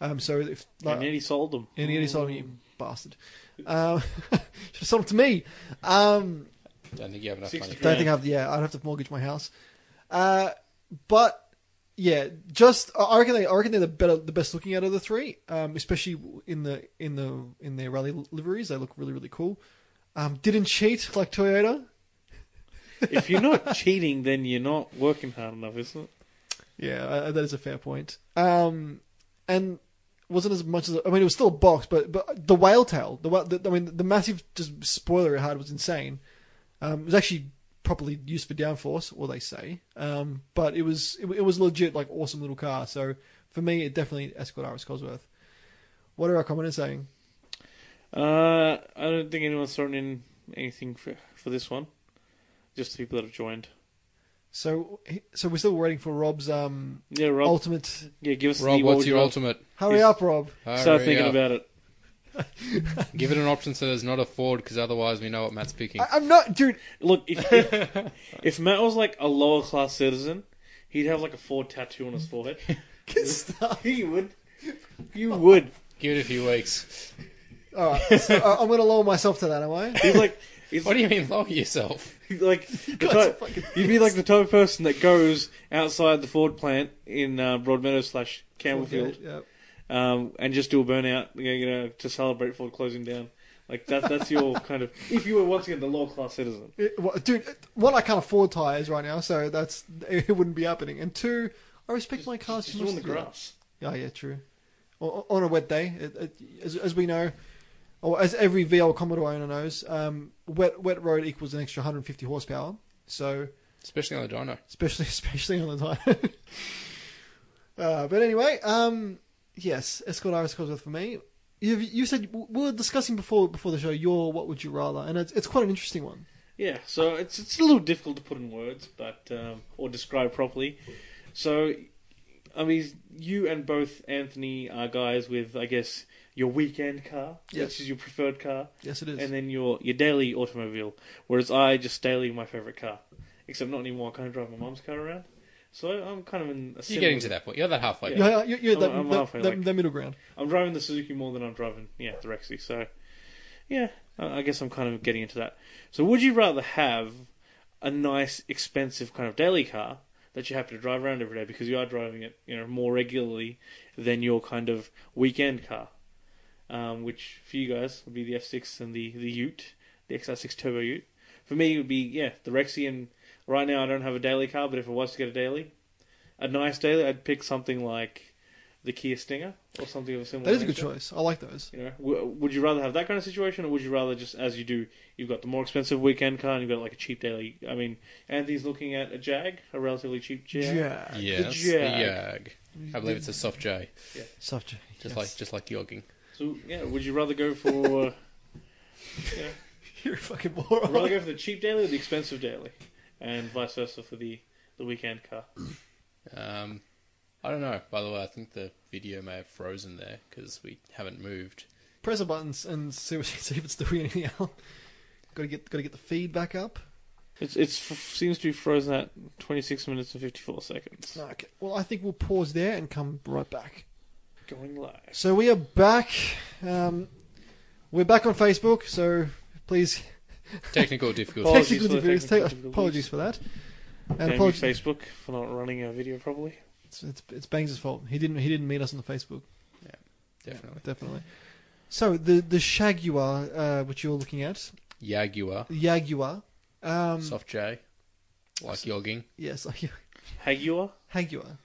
[SPEAKER 1] Um, so if
[SPEAKER 2] and then he sold them.
[SPEAKER 1] And he only sold him, you bastard. Um, should have sold it to me. Um,
[SPEAKER 3] Don't think you have enough money.
[SPEAKER 2] Sixty-
[SPEAKER 1] don't think I've. Yeah, I'd have to mortgage my house. Uh, but yeah, just I- I reckon they. I reckon they're the better, the best looking out of the three. Um, especially in the in the in their rally liveries, they look really really cool. Um, didn't cheat like Toyota.
[SPEAKER 2] if you're not cheating, then you're not working hard enough, isn't it?
[SPEAKER 1] Yeah, uh, that is a fair point. Um, and wasn't as much as I mean, it was still a box, but but the whale tail, the, wha- the I mean, the massive just spoiler it had was insane. Um, it was actually properly used for downforce, or they say. Um, but it was it, it was legit like awesome little car. So for me, it definitely Escort RS Cosworth. What are our commenters saying?
[SPEAKER 2] Uh, I don't think anyone's thrown in anything for for this one. Just the people that have joined.
[SPEAKER 1] So so we're still waiting for Rob's um
[SPEAKER 2] Yeah, Rob.
[SPEAKER 1] ultimate.
[SPEAKER 2] yeah, give us
[SPEAKER 3] Rob,
[SPEAKER 2] the
[SPEAKER 3] what's
[SPEAKER 2] would
[SPEAKER 3] your
[SPEAKER 2] you
[SPEAKER 3] ultimate?
[SPEAKER 1] Hurry
[SPEAKER 2] Yes.
[SPEAKER 1] up, Rob.
[SPEAKER 2] rather? Start
[SPEAKER 3] Hurry
[SPEAKER 2] thinking
[SPEAKER 3] up.
[SPEAKER 2] about it.
[SPEAKER 3] Give it an option so there's not a Ford, because otherwise we know what Matt's picking.
[SPEAKER 1] I, I'm not, dude.
[SPEAKER 2] Look, if, if, if Matt was like a lower class citizen, he'd have like a Ford tattoo on his forehead.
[SPEAKER 1] Get started.
[SPEAKER 2] he would. You would.
[SPEAKER 3] Give it a few weeks.
[SPEAKER 1] All right, so I- I'm going to lower myself to that, am I?
[SPEAKER 2] He's like It's-
[SPEAKER 3] What do you mean lower yourself?
[SPEAKER 2] like the
[SPEAKER 1] guys are
[SPEAKER 2] type,
[SPEAKER 1] fucking
[SPEAKER 2] you'd be like the type of person that goes outside the Ford plant in uh, Broadmeadow slash Campbellfield
[SPEAKER 1] Yeah.
[SPEAKER 2] um, and just do a burnout, you know, you know, to celebrate Ford closing down. Like that, that's your kind of. If you were once again the lower class citizen,
[SPEAKER 1] It- well, dude, it- one, I can't afford tires right now, so that's it wouldn't be happening. And two, I respect my cars
[SPEAKER 2] just
[SPEAKER 1] too much.
[SPEAKER 2] on the
[SPEAKER 1] to do that. Oh,
[SPEAKER 2] grass.
[SPEAKER 1] Yeah, yeah, true. O- On a wet day, it, it, as, as we know, or as every VL Commodore owner knows, um, wet wet road equals an extra 150 horsepower. So
[SPEAKER 3] Especially on the dyno.
[SPEAKER 1] especially especially on the tire. uh, but anyway, um, yes, Escort Iris Cosworth for me. You you said we were discussing before before the show your what would you rather, and it's it's quite an interesting one.
[SPEAKER 2] Yeah, so it's it's a little difficult to put in words, but um, or describe properly. So, I mean, you and both Anthony are guys with, I guess, your weekend car,
[SPEAKER 1] Yes.
[SPEAKER 2] which is your preferred car.
[SPEAKER 1] Yes, it is.
[SPEAKER 2] and then your your daily automobile. Whereas I just daily my favorite car, except not anymore. I can't drive my mum's car around, so I'm kind of in. A
[SPEAKER 3] You're
[SPEAKER 2] similar-
[SPEAKER 3] getting to that point. You're that halfway.
[SPEAKER 2] Yeah.
[SPEAKER 3] point.
[SPEAKER 1] yeah, yeah, yeah, that,
[SPEAKER 2] I'm- I'm
[SPEAKER 1] that,
[SPEAKER 2] halfway,
[SPEAKER 1] that,
[SPEAKER 2] like-
[SPEAKER 1] that middle ground.
[SPEAKER 2] I'm driving the Suzuki more than I'm driving yeah the Rexy. So yeah, I I guess I'm kind of getting into that. So would you rather have a nice expensive kind of daily car that you happen to drive around every day because you are driving it you know more regularly than your kind of weekend car, um, which for you guys would be the F6 and the the Ute, the XR6 Turbo Ute. For me, it would be yeah the Rexy and right now I don't have a daily car, but if I was to get a daily, a nice daily, I'd pick something like the Kia Stinger or something of a similar.
[SPEAKER 1] That is a good
[SPEAKER 2] nature.
[SPEAKER 1] choice. I like those.
[SPEAKER 2] You know, w- would you rather have that kind of situation, or would you rather just as you do, you've got the more expensive weekend car and you've got like a cheap daily? I mean, Anthony's looking at a Jag, a relatively cheap Jag.
[SPEAKER 1] Yeah,
[SPEAKER 3] Yes,
[SPEAKER 2] The
[SPEAKER 3] the
[SPEAKER 2] Jag.
[SPEAKER 3] jag. I believe it's a soft J,
[SPEAKER 1] Soft J. yes.
[SPEAKER 3] just like just like yogging.
[SPEAKER 2] So yeah, would you rather go for uh, yeah,
[SPEAKER 1] you're a fucking
[SPEAKER 2] would you rather
[SPEAKER 1] moron.
[SPEAKER 2] go for the cheap daily or the expensive daily, and vice versa for the the weekend car?
[SPEAKER 3] Um, I don't know. By the way, I think the video may have frozen there because we haven't moved.
[SPEAKER 1] Press the buttons and see what see if it's doing anything else. Got to get got to get the feed back up.
[SPEAKER 2] It's it's f- seems to be frozen at twenty six minutes and fifty four seconds.
[SPEAKER 1] Okay. Well, I think we'll pause there and come right back.
[SPEAKER 2] Going live.
[SPEAKER 1] So we are back. Um, we're back on Facebook. So please,
[SPEAKER 3] Technical difficulties.
[SPEAKER 2] Apologies
[SPEAKER 1] technical
[SPEAKER 2] for the
[SPEAKER 1] difficulties.
[SPEAKER 2] technical
[SPEAKER 1] Take-
[SPEAKER 2] difficulties.
[SPEAKER 1] apologies for that. And
[SPEAKER 2] Damn you,
[SPEAKER 1] apologies.
[SPEAKER 2] Facebook for not running our video properly.
[SPEAKER 1] It's, it's, it's Bangs' fault. He didn't he didn't meet us on the Facebook.
[SPEAKER 3] Definitely.
[SPEAKER 1] Definitely. So the the Shaguar, uh, which you're looking at,
[SPEAKER 3] Jaguar,
[SPEAKER 1] Jaguar. Um,
[SPEAKER 3] soft J, like yogging.
[SPEAKER 1] Yes,
[SPEAKER 2] Haguar,
[SPEAKER 1] Jaguar.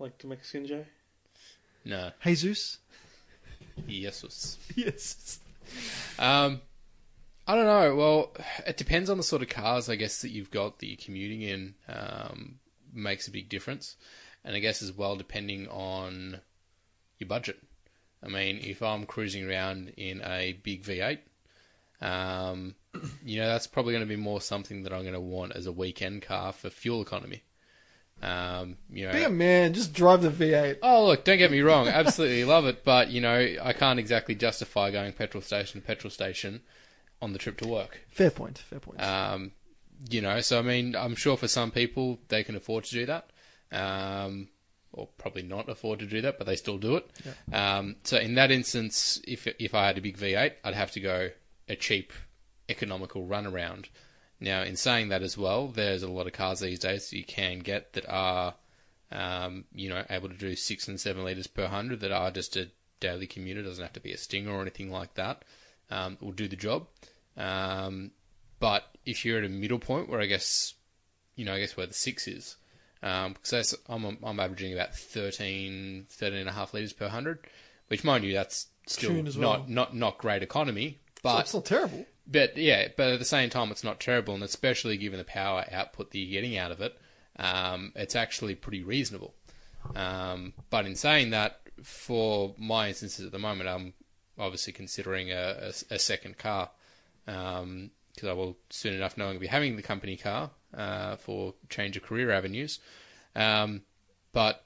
[SPEAKER 2] like the Mexican Joe.
[SPEAKER 3] No,
[SPEAKER 1] Jesus.
[SPEAKER 3] Jesus.
[SPEAKER 1] Yes.
[SPEAKER 3] Um, I don't know. Well, it depends on the sort of cars, I guess, that you've got that you're commuting in. Um, makes a big difference, and I guess as well depending on your budget. I mean, if I'm cruising around in a big V8, um, you know, that's probably going to be more something that I'm going to want as a weekend car for fuel economy. Um, you know,
[SPEAKER 1] Be a man. Just drive the V8.
[SPEAKER 3] Oh, look, don't get me wrong. Absolutely love it. But, you know, I can't exactly justify going petrol station to petrol station on the trip to work.
[SPEAKER 1] Fair point. Fair point.
[SPEAKER 3] Um, you know, so, I mean, I'm sure for some people, they can afford to do that. Um, or probably not afford to do that, but they still do it. Um, so, in that instance, if, if I had a big V8, I'd have to go a cheap, economical runaround. Now, in saying that as well, there's a lot of cars these days that you can get that are um, you know, able to do six and seven liters per hundred that are just a daily commuter. Doesn't have to be a stinger or anything like that. Um, will do the job. Um, but if you're at a middle point where I guess, you know, I guess where the six is, um, because that's- I'm, I'm averaging about 13, 13 and a half liters per hundred, which mind you, that's still
[SPEAKER 1] Tuned as
[SPEAKER 3] not,
[SPEAKER 1] well.
[SPEAKER 3] not, not great economy,
[SPEAKER 1] So
[SPEAKER 3] but
[SPEAKER 1] it's not terrible.
[SPEAKER 3] but yeah, but at the same time, it's not terrible, and especially given the power output that you're getting out of it, um, it's actually pretty reasonable. Um, but in saying that, for my instances at the moment, I'm obviously considering a, a, a second car because I will soon enough know I'm going to be having the company car uh, for change of career avenues. Um, but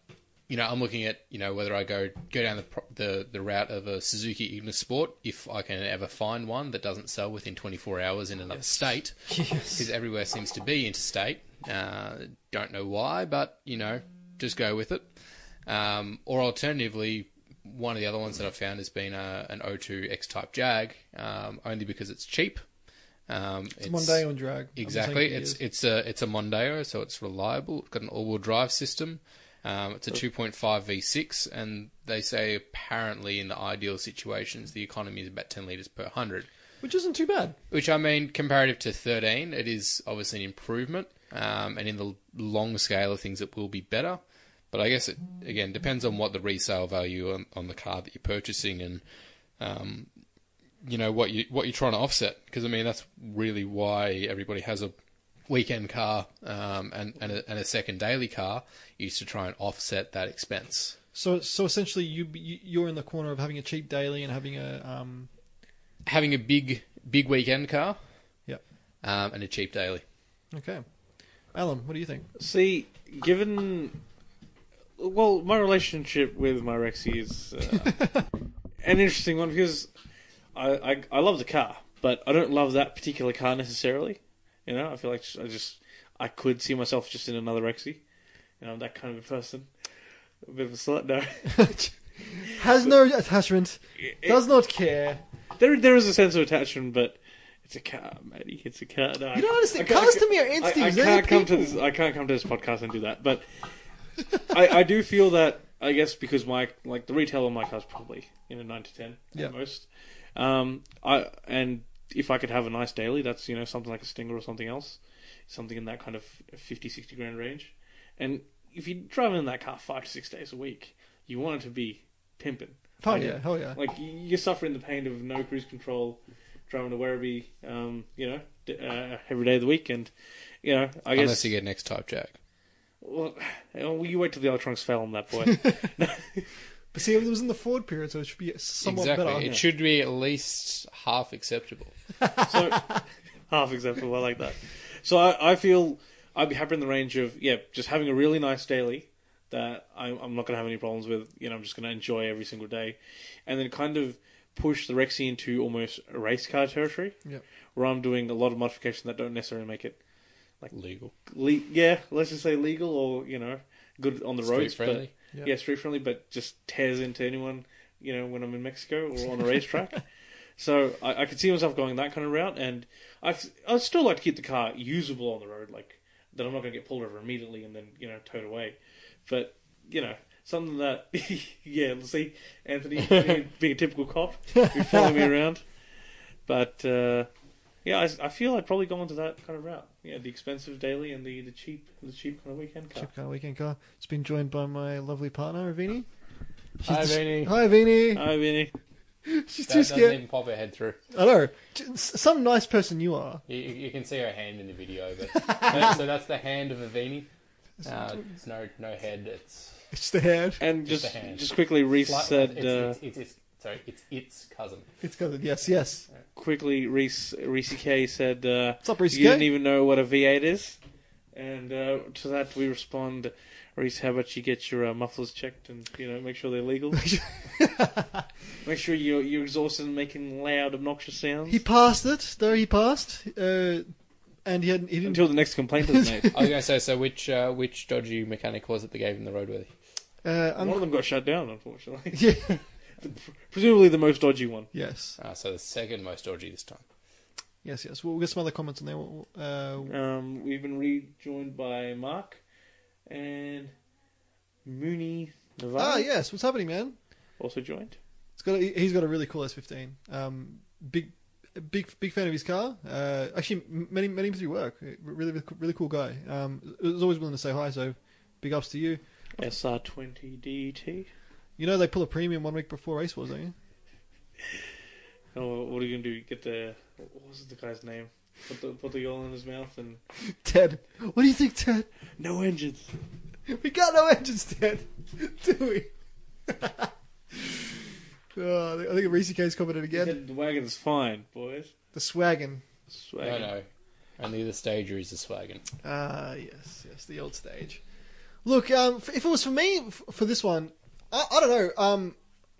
[SPEAKER 3] you know, I'm looking at you know whether I go go down the pro- the the route of a Suzuki Ignis Sport if I can ever find one that doesn't sell within 24 hours in another state, because everywhere seems to be interstate. Uh, don't know why, but you know, just go with it. Um, or alternatively, one of the uh, other ones that I've found has been a, an O2 X Type Jag, um, only because it's cheap. Um,
[SPEAKER 1] It's
[SPEAKER 3] it's,
[SPEAKER 1] Mondeo and drag. I've been saying
[SPEAKER 3] Exactly.
[SPEAKER 1] for years.
[SPEAKER 3] It's it's a it's a Mondeo, so it's reliable. It's got an all-wheel drive system. Um, it's a 2.5 V6, and they say apparently in the ideal situations the economy is about 10 liters per hundred,
[SPEAKER 1] which isn't too bad.
[SPEAKER 3] which I mean comparative to 13, it is obviously an improvement. Um, and in the l- long scale of things, it will be better. But I guess it again depends on what the resale value on, on the car that you're purchasing and um, you know what you what you're trying to offset because I mean that's really why everybody has a weekend car um, and and a, and a second daily car is to try and offset that expense.
[SPEAKER 1] So so essentially, you be- you- you're in the corner of having a cheap daily and having a um.
[SPEAKER 3] Having a big big weekend car,
[SPEAKER 1] Yep.
[SPEAKER 3] um, and a cheap daily.
[SPEAKER 1] Okay, Alan, what do you think?
[SPEAKER 2] See, given well, my relationship with my Rexy is uh, an interesting one because I, I I love the car, but I don't love that particular car necessarily. You know, I feel like I just I could see myself just in another Rexy. You know, I'm that kind of a person. A bit of a slut, no.
[SPEAKER 1] Has no attachment. Does not care.
[SPEAKER 2] There, there is a sense of attachment, but it's a car, matey. It's a car. No,
[SPEAKER 1] You don't understand.
[SPEAKER 2] I can't-
[SPEAKER 1] Cars to me are
[SPEAKER 2] I-
[SPEAKER 1] entities.
[SPEAKER 2] I,
[SPEAKER 1] They're
[SPEAKER 2] can't come to
[SPEAKER 1] people.
[SPEAKER 2] this. I can't come to this podcast and do that. But I, I do feel that I guess because my like the retail on my car is probably you know nine to ten
[SPEAKER 1] Yeah.
[SPEAKER 2] at most. Um, I and if I could have a nice daily, that's you know something like a Stinger or something else, something in that kind of 50, 60 grand range. And if you're driving in that car five to six days a week, you want it to be pimping.
[SPEAKER 1] Oh
[SPEAKER 2] Like,
[SPEAKER 1] yeah, hell yeah.
[SPEAKER 2] like y- you're suffering the pain of no cruise control, driving to Werribee, um, you know, d- uh, every day of the week, and you know, I
[SPEAKER 3] Unless
[SPEAKER 2] guess
[SPEAKER 3] you get an X Type Jack.
[SPEAKER 2] well, well, you wait till the electronics fail on that boy.
[SPEAKER 1] But see, it was in the Ford period, so it should be somewhat
[SPEAKER 3] exactly.
[SPEAKER 1] better.
[SPEAKER 3] It should be at least half acceptable.
[SPEAKER 2] so half example, I like that. So I, I feel I'd be happy in the range of yeah, just having a really nice daily that I'm, I'm not going to have any problems with. You know, I'm just going to enjoy every single day, and then kind of push the Rexy into almost race car territory.
[SPEAKER 1] Yep.
[SPEAKER 2] Where I'm doing a lot of modifications that don't necessarily make it
[SPEAKER 3] Legal.
[SPEAKER 2] le- yeah, let's just say legal or you know good on the
[SPEAKER 3] Street
[SPEAKER 2] roads,
[SPEAKER 3] friendly.
[SPEAKER 2] but
[SPEAKER 1] Yeah.
[SPEAKER 2] yeah, street friendly, but just tears into anyone you know when I'm in Mexico or on a racetrack. so I, I could see myself going that kind of route, and I I still like to keep the car usable on the road, like that I'm not going to get pulled over immediately and then you know towed away, but you know. Something that, yeah, let's see, Anthony being, being a typical cop, be following me around. But uh, yeah, I, I feel I'd probably go into that kind of route. Yeah, the expensive daily and the, the cheap the cheap kind of weekend car.
[SPEAKER 1] Cheap car, weekend car. It's been joined by my lovely partner, Avini.
[SPEAKER 3] Hi, Vinny.
[SPEAKER 1] Hi, Avini.
[SPEAKER 2] I mean,
[SPEAKER 1] She's
[SPEAKER 3] That
[SPEAKER 1] too
[SPEAKER 3] doesn't
[SPEAKER 1] scared.
[SPEAKER 3] even pop her head through.
[SPEAKER 1] I know. J- s- Some nice person you are.
[SPEAKER 3] You, you you can see her hand in the video, but that- so that's the hand of a veenie. Uh, it's no no head. It's,
[SPEAKER 1] It's the head.
[SPEAKER 2] and
[SPEAKER 3] Just
[SPEAKER 2] just
[SPEAKER 3] a hand.
[SPEAKER 2] just, quickly Reese
[SPEAKER 3] slight-
[SPEAKER 2] said
[SPEAKER 3] it's,
[SPEAKER 2] uh,
[SPEAKER 3] it's, it's, it's- sorry, it's its cousin.
[SPEAKER 1] It's covered. Yes, yes.
[SPEAKER 2] quickly Reese Reese K said uh,
[SPEAKER 1] What's up, Reese
[SPEAKER 2] you didn't
[SPEAKER 1] K?
[SPEAKER 2] even know what a V8 is, and uh, to that we respond, Reese, how about you get your uh, mufflers checked and you know make sure they're legal. make sure your your exhaust isn't making loud obnoxious sounds
[SPEAKER 1] He passed it, though he passed, uh, and he hadn't. He didn't.
[SPEAKER 2] until the next complaint is made.
[SPEAKER 3] I was going to say so. Which uh, which dodgy mechanic was it that gave him the roadworthy?
[SPEAKER 1] Uh,
[SPEAKER 2] One of
[SPEAKER 1] un-
[SPEAKER 2] them got shut down, unfortunately.
[SPEAKER 1] yeah.
[SPEAKER 2] Presumably the most dodgy one.
[SPEAKER 1] Yes,
[SPEAKER 3] Uh, so the second most dodgy this time.
[SPEAKER 1] yes, yes. We'll, we'll get some other comments on there. We'll, we'll, uh,
[SPEAKER 2] Um, we've been rejoined by Mark and Mooney Navarro.
[SPEAKER 1] ah, yes. What's happening, man?
[SPEAKER 2] Also joined.
[SPEAKER 1] It's got. A, he- he's got a really cool S15. Um, big, big, big fan of his car. Uh, actually, m- many, many through work. Uh, Really, really, cool- really cool guy. Um, was always willing to say hi. So, big ups to you.
[SPEAKER 2] SR20DT.
[SPEAKER 1] You know they pull a premium one week before Race Wars, don't you?
[SPEAKER 2] Oh, what are you going to do? Get the. What was the guy's name? Put the, put the yawl in his mouth and.
[SPEAKER 1] Ted, what do you think, Ted?
[SPEAKER 2] No engines.
[SPEAKER 1] We got no engines, Ted. Do we? oh, I think- I think Reese K's commented
[SPEAKER 2] He
[SPEAKER 1] again.
[SPEAKER 2] said the wagon's fine, boys.
[SPEAKER 1] The swaggin.
[SPEAKER 2] Swag.
[SPEAKER 3] No, no. Only the stager is the swaggin.
[SPEAKER 1] Ah, yes, yes, the old stage. Look, um, f- if it was for me f- for this one, I, I don't know. Um,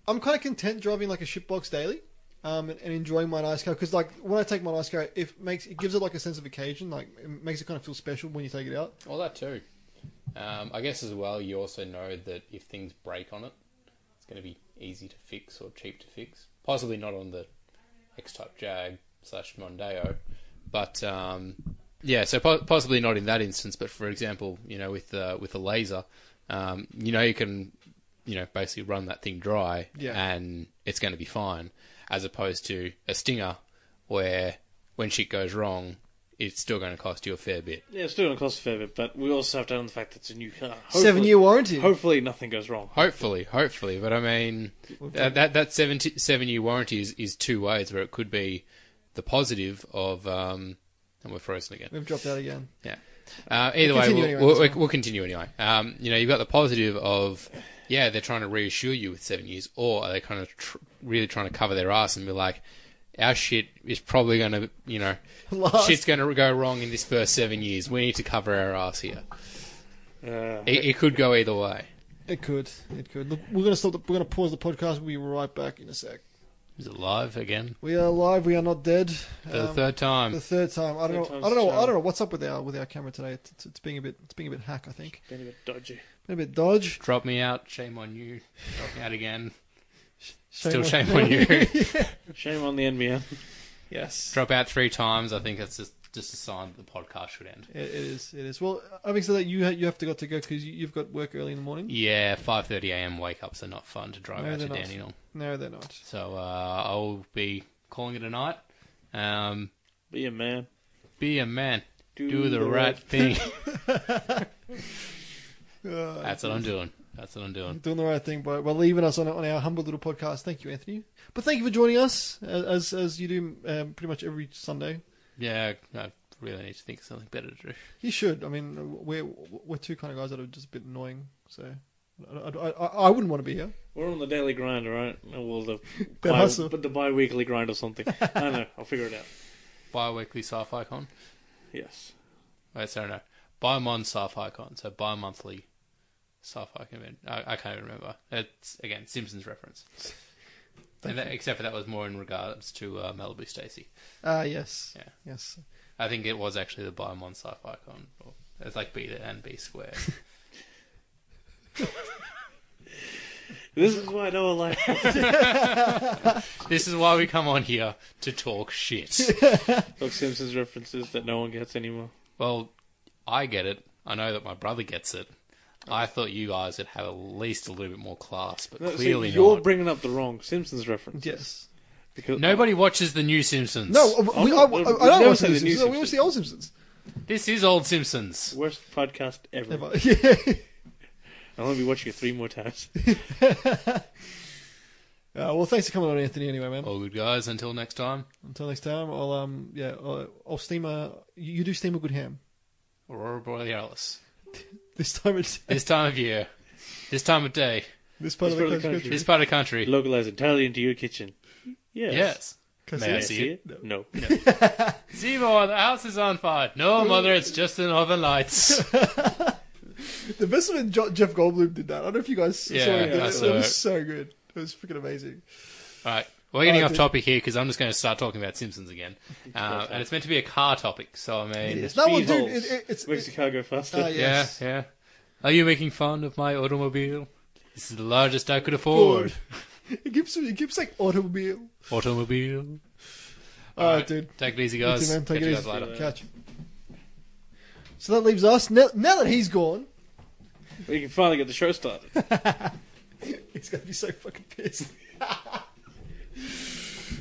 [SPEAKER 1] I'm kind of content driving like a shitbox daily, um, and, and enjoying my nice car because like when I take my nice car, it makes it gives it like a sense of occasion. Like it makes it kind of feel special when you take it out.
[SPEAKER 3] All that too. Um, I guess as well, you also know that if things break on it, it's going to be easy to fix or cheap to fix. Possibly not on the X Type Jag slash Mondeo, But um, yeah, so po- possibly not in that instance, but for example, you know, with uh, with a laser, um, you know, you can, you know, basically run that thing dry,
[SPEAKER 1] Yeah.
[SPEAKER 3] and it's going to be fine, as opposed to a stinger, where when shit goes wrong, it's still going to cost you a fair bit.
[SPEAKER 2] Yeah, it's still going to cost a fair bit, but we also have to own the fact that it's a new car. Hopefully-
[SPEAKER 1] Seven year warranty.
[SPEAKER 2] Hopefully, nothing goes wrong.
[SPEAKER 3] Hopefully, hopefully, but I mean, that that, that seven, seven year warranty is, is two ways where it could be the positive of, um, and we're frozen again.
[SPEAKER 1] We've dropped out again.
[SPEAKER 3] Yeah. Uh, either way,
[SPEAKER 1] Continue
[SPEAKER 3] we'll,
[SPEAKER 1] anyway,
[SPEAKER 3] we'll,
[SPEAKER 1] that's
[SPEAKER 3] we'll, continue anyway. Um, you know, you've got the positive of, yeah, they're trying to reassure you with seven years, or are they kind of tr- really trying to cover their ass and be like, our shit is probably going to, you know,
[SPEAKER 1] Last.
[SPEAKER 3] shit's going to go wrong in this first seven years. We need to cover our ass here.
[SPEAKER 2] Uh,
[SPEAKER 3] It, it could go either way.
[SPEAKER 1] It could. It could. Look, we're gonna stop. The, we're gonna pause the podcast. We'll be right back in a sec.
[SPEAKER 3] Is it live again?
[SPEAKER 1] We are live. We are not dead.
[SPEAKER 3] For the
[SPEAKER 1] Um,
[SPEAKER 3] third time.
[SPEAKER 1] the third time. I don't
[SPEAKER 2] Third
[SPEAKER 1] know.
[SPEAKER 2] time's
[SPEAKER 1] I don't know. I
[SPEAKER 2] charm.
[SPEAKER 1] don't know what's up with our with our camera today. It's, it's, it's being a bit. It's being a bit hack. I think.
[SPEAKER 2] been a bit dodgy.
[SPEAKER 1] Been a bit dodge.
[SPEAKER 3] Drop me out. Shame on you. Drop me out again.
[SPEAKER 1] Shame
[SPEAKER 3] Still
[SPEAKER 1] on-
[SPEAKER 3] shame on you.
[SPEAKER 2] Shame on the NBN.
[SPEAKER 1] Yes.
[SPEAKER 3] Drop out three times. I think that's just, just a sign that the podcast should end.
[SPEAKER 1] It, it is. It is. Well, having said that, you ha- you have to got to go because you, you've got work early in the morning.
[SPEAKER 3] Yeah, 5:30 a.m. wake ups are not fun to drive
[SPEAKER 1] No,
[SPEAKER 3] out to
[SPEAKER 1] they're not.
[SPEAKER 3] Dandenong.
[SPEAKER 1] No, they're not.
[SPEAKER 3] So uh, I'll be calling it a night. Um,
[SPEAKER 2] Be a man.
[SPEAKER 3] be a man, do, the, right thing.
[SPEAKER 1] Uh,
[SPEAKER 3] that's what I'm doing. That's what I'm doing.
[SPEAKER 1] doing the right thing by, by leaving us on, on our humble little podcast. Thank you, Anthony. But thank you for joining us a- as as you do um, pretty much every Sunday.
[SPEAKER 3] Yeah, I really need to think of something better to do.
[SPEAKER 1] You should. I mean, we're we're two kind of guys that are just a bit annoying. So I, I, I, I wouldn't want to be here.
[SPEAKER 2] We're on the daily grind, all right? Oh, Well, the,
[SPEAKER 1] The
[SPEAKER 2] bi-
[SPEAKER 1] hustle.
[SPEAKER 2] but the bi-weekly grind or something. I don't know. I'll figure it out.
[SPEAKER 3] Bi-weekly sci-fi con.
[SPEAKER 2] Yes.
[SPEAKER 3] Wait, sorry, no. Bi-mon sci-fi con. So bi-monthly sci-fi convention. I, I can't even remember. It's again Simpsons reference. And that, except for that was more in regards to uh, Malibu Stacy.
[SPEAKER 1] Ah, yes,
[SPEAKER 3] Yeah.
[SPEAKER 1] yes.
[SPEAKER 3] I think it was actually the Biomon sci-fi con. Or, it's like B and B squared.
[SPEAKER 2] This is why Noah likes
[SPEAKER 3] this is why we come on here to talk shit.
[SPEAKER 2] Look, Simpsons references that no one gets anymore.
[SPEAKER 3] well, I get it. I know that my brother gets it. I thought you guys would have at least a little bit more class, but
[SPEAKER 2] No, see,
[SPEAKER 3] clearly
[SPEAKER 2] you're
[SPEAKER 3] not.
[SPEAKER 2] bringing up the wrong Simpsons reference.
[SPEAKER 1] Yes.
[SPEAKER 2] Because
[SPEAKER 3] Nobody watches the new Simpsons.
[SPEAKER 1] No, we, I, I, I
[SPEAKER 2] no, we've
[SPEAKER 1] don't
[SPEAKER 2] never
[SPEAKER 1] watch
[SPEAKER 2] seen
[SPEAKER 1] the
[SPEAKER 2] the
[SPEAKER 1] Simpsons. We
[SPEAKER 2] new
[SPEAKER 1] watch
[SPEAKER 2] Simpsons.
[SPEAKER 1] the old Simpsons.
[SPEAKER 3] this is old Simpsons.
[SPEAKER 2] worst podcast ever.
[SPEAKER 1] Never. Yeah.
[SPEAKER 2] I'll only be watching it three more times.
[SPEAKER 1] Uh, well, thanks for coming on, Anthony. Anyway, man.
[SPEAKER 3] All good guys. Until next time.
[SPEAKER 1] Until next time, I'll um yeah I'll, I'll steam a you, you do steam a good ham
[SPEAKER 3] Aurora Borealis.
[SPEAKER 1] this time it's
[SPEAKER 3] This time of year. This time of day.
[SPEAKER 1] this part of
[SPEAKER 2] This part
[SPEAKER 1] the
[SPEAKER 2] of the
[SPEAKER 1] country.
[SPEAKER 3] This part of the country.
[SPEAKER 2] Localize entirely into your kitchen. Yes.
[SPEAKER 3] Yes.
[SPEAKER 1] Cause
[SPEAKER 3] May I
[SPEAKER 2] Can I
[SPEAKER 1] it's-
[SPEAKER 3] see
[SPEAKER 2] see
[SPEAKER 3] it?
[SPEAKER 2] it? No.
[SPEAKER 3] Seymour, the house is on fire. No, mother, it's just the northern lights.
[SPEAKER 1] The best when jo- Jeff Goldblum did that. I don't know if you guys
[SPEAKER 3] Yeah,
[SPEAKER 1] saw it.
[SPEAKER 3] I
[SPEAKER 1] But
[SPEAKER 3] saw
[SPEAKER 1] it
[SPEAKER 3] it.
[SPEAKER 1] was so good. It was freaking amazing.
[SPEAKER 3] All right, we're getting
[SPEAKER 1] Oh,
[SPEAKER 3] off
[SPEAKER 1] dude.
[SPEAKER 3] topic here because I'm just going to start talking about Simpsons again, uh, and it's meant to be a car topic. So I mean,
[SPEAKER 1] Yes. No, well,
[SPEAKER 2] Speed
[SPEAKER 1] dude,
[SPEAKER 2] holes.
[SPEAKER 1] it- it- it's-
[SPEAKER 2] Makes the car go faster.
[SPEAKER 3] Oh,
[SPEAKER 1] Ah,
[SPEAKER 3] yeah, yeah. Are you making fun of my automobile? This is the largest I could afford.
[SPEAKER 1] Ford. It keeps it keeps like automobile.
[SPEAKER 3] Automobile.
[SPEAKER 1] All right, dude.
[SPEAKER 3] Take it easy,
[SPEAKER 1] You
[SPEAKER 3] guys.
[SPEAKER 1] too, man. Take
[SPEAKER 3] Catch
[SPEAKER 1] it
[SPEAKER 3] you
[SPEAKER 1] easy.
[SPEAKER 3] guys later.
[SPEAKER 1] Catch. So that leaves us now, now that he's gone.
[SPEAKER 2] We can finally get the show started.
[SPEAKER 1] He's gonna be so fucking pissed.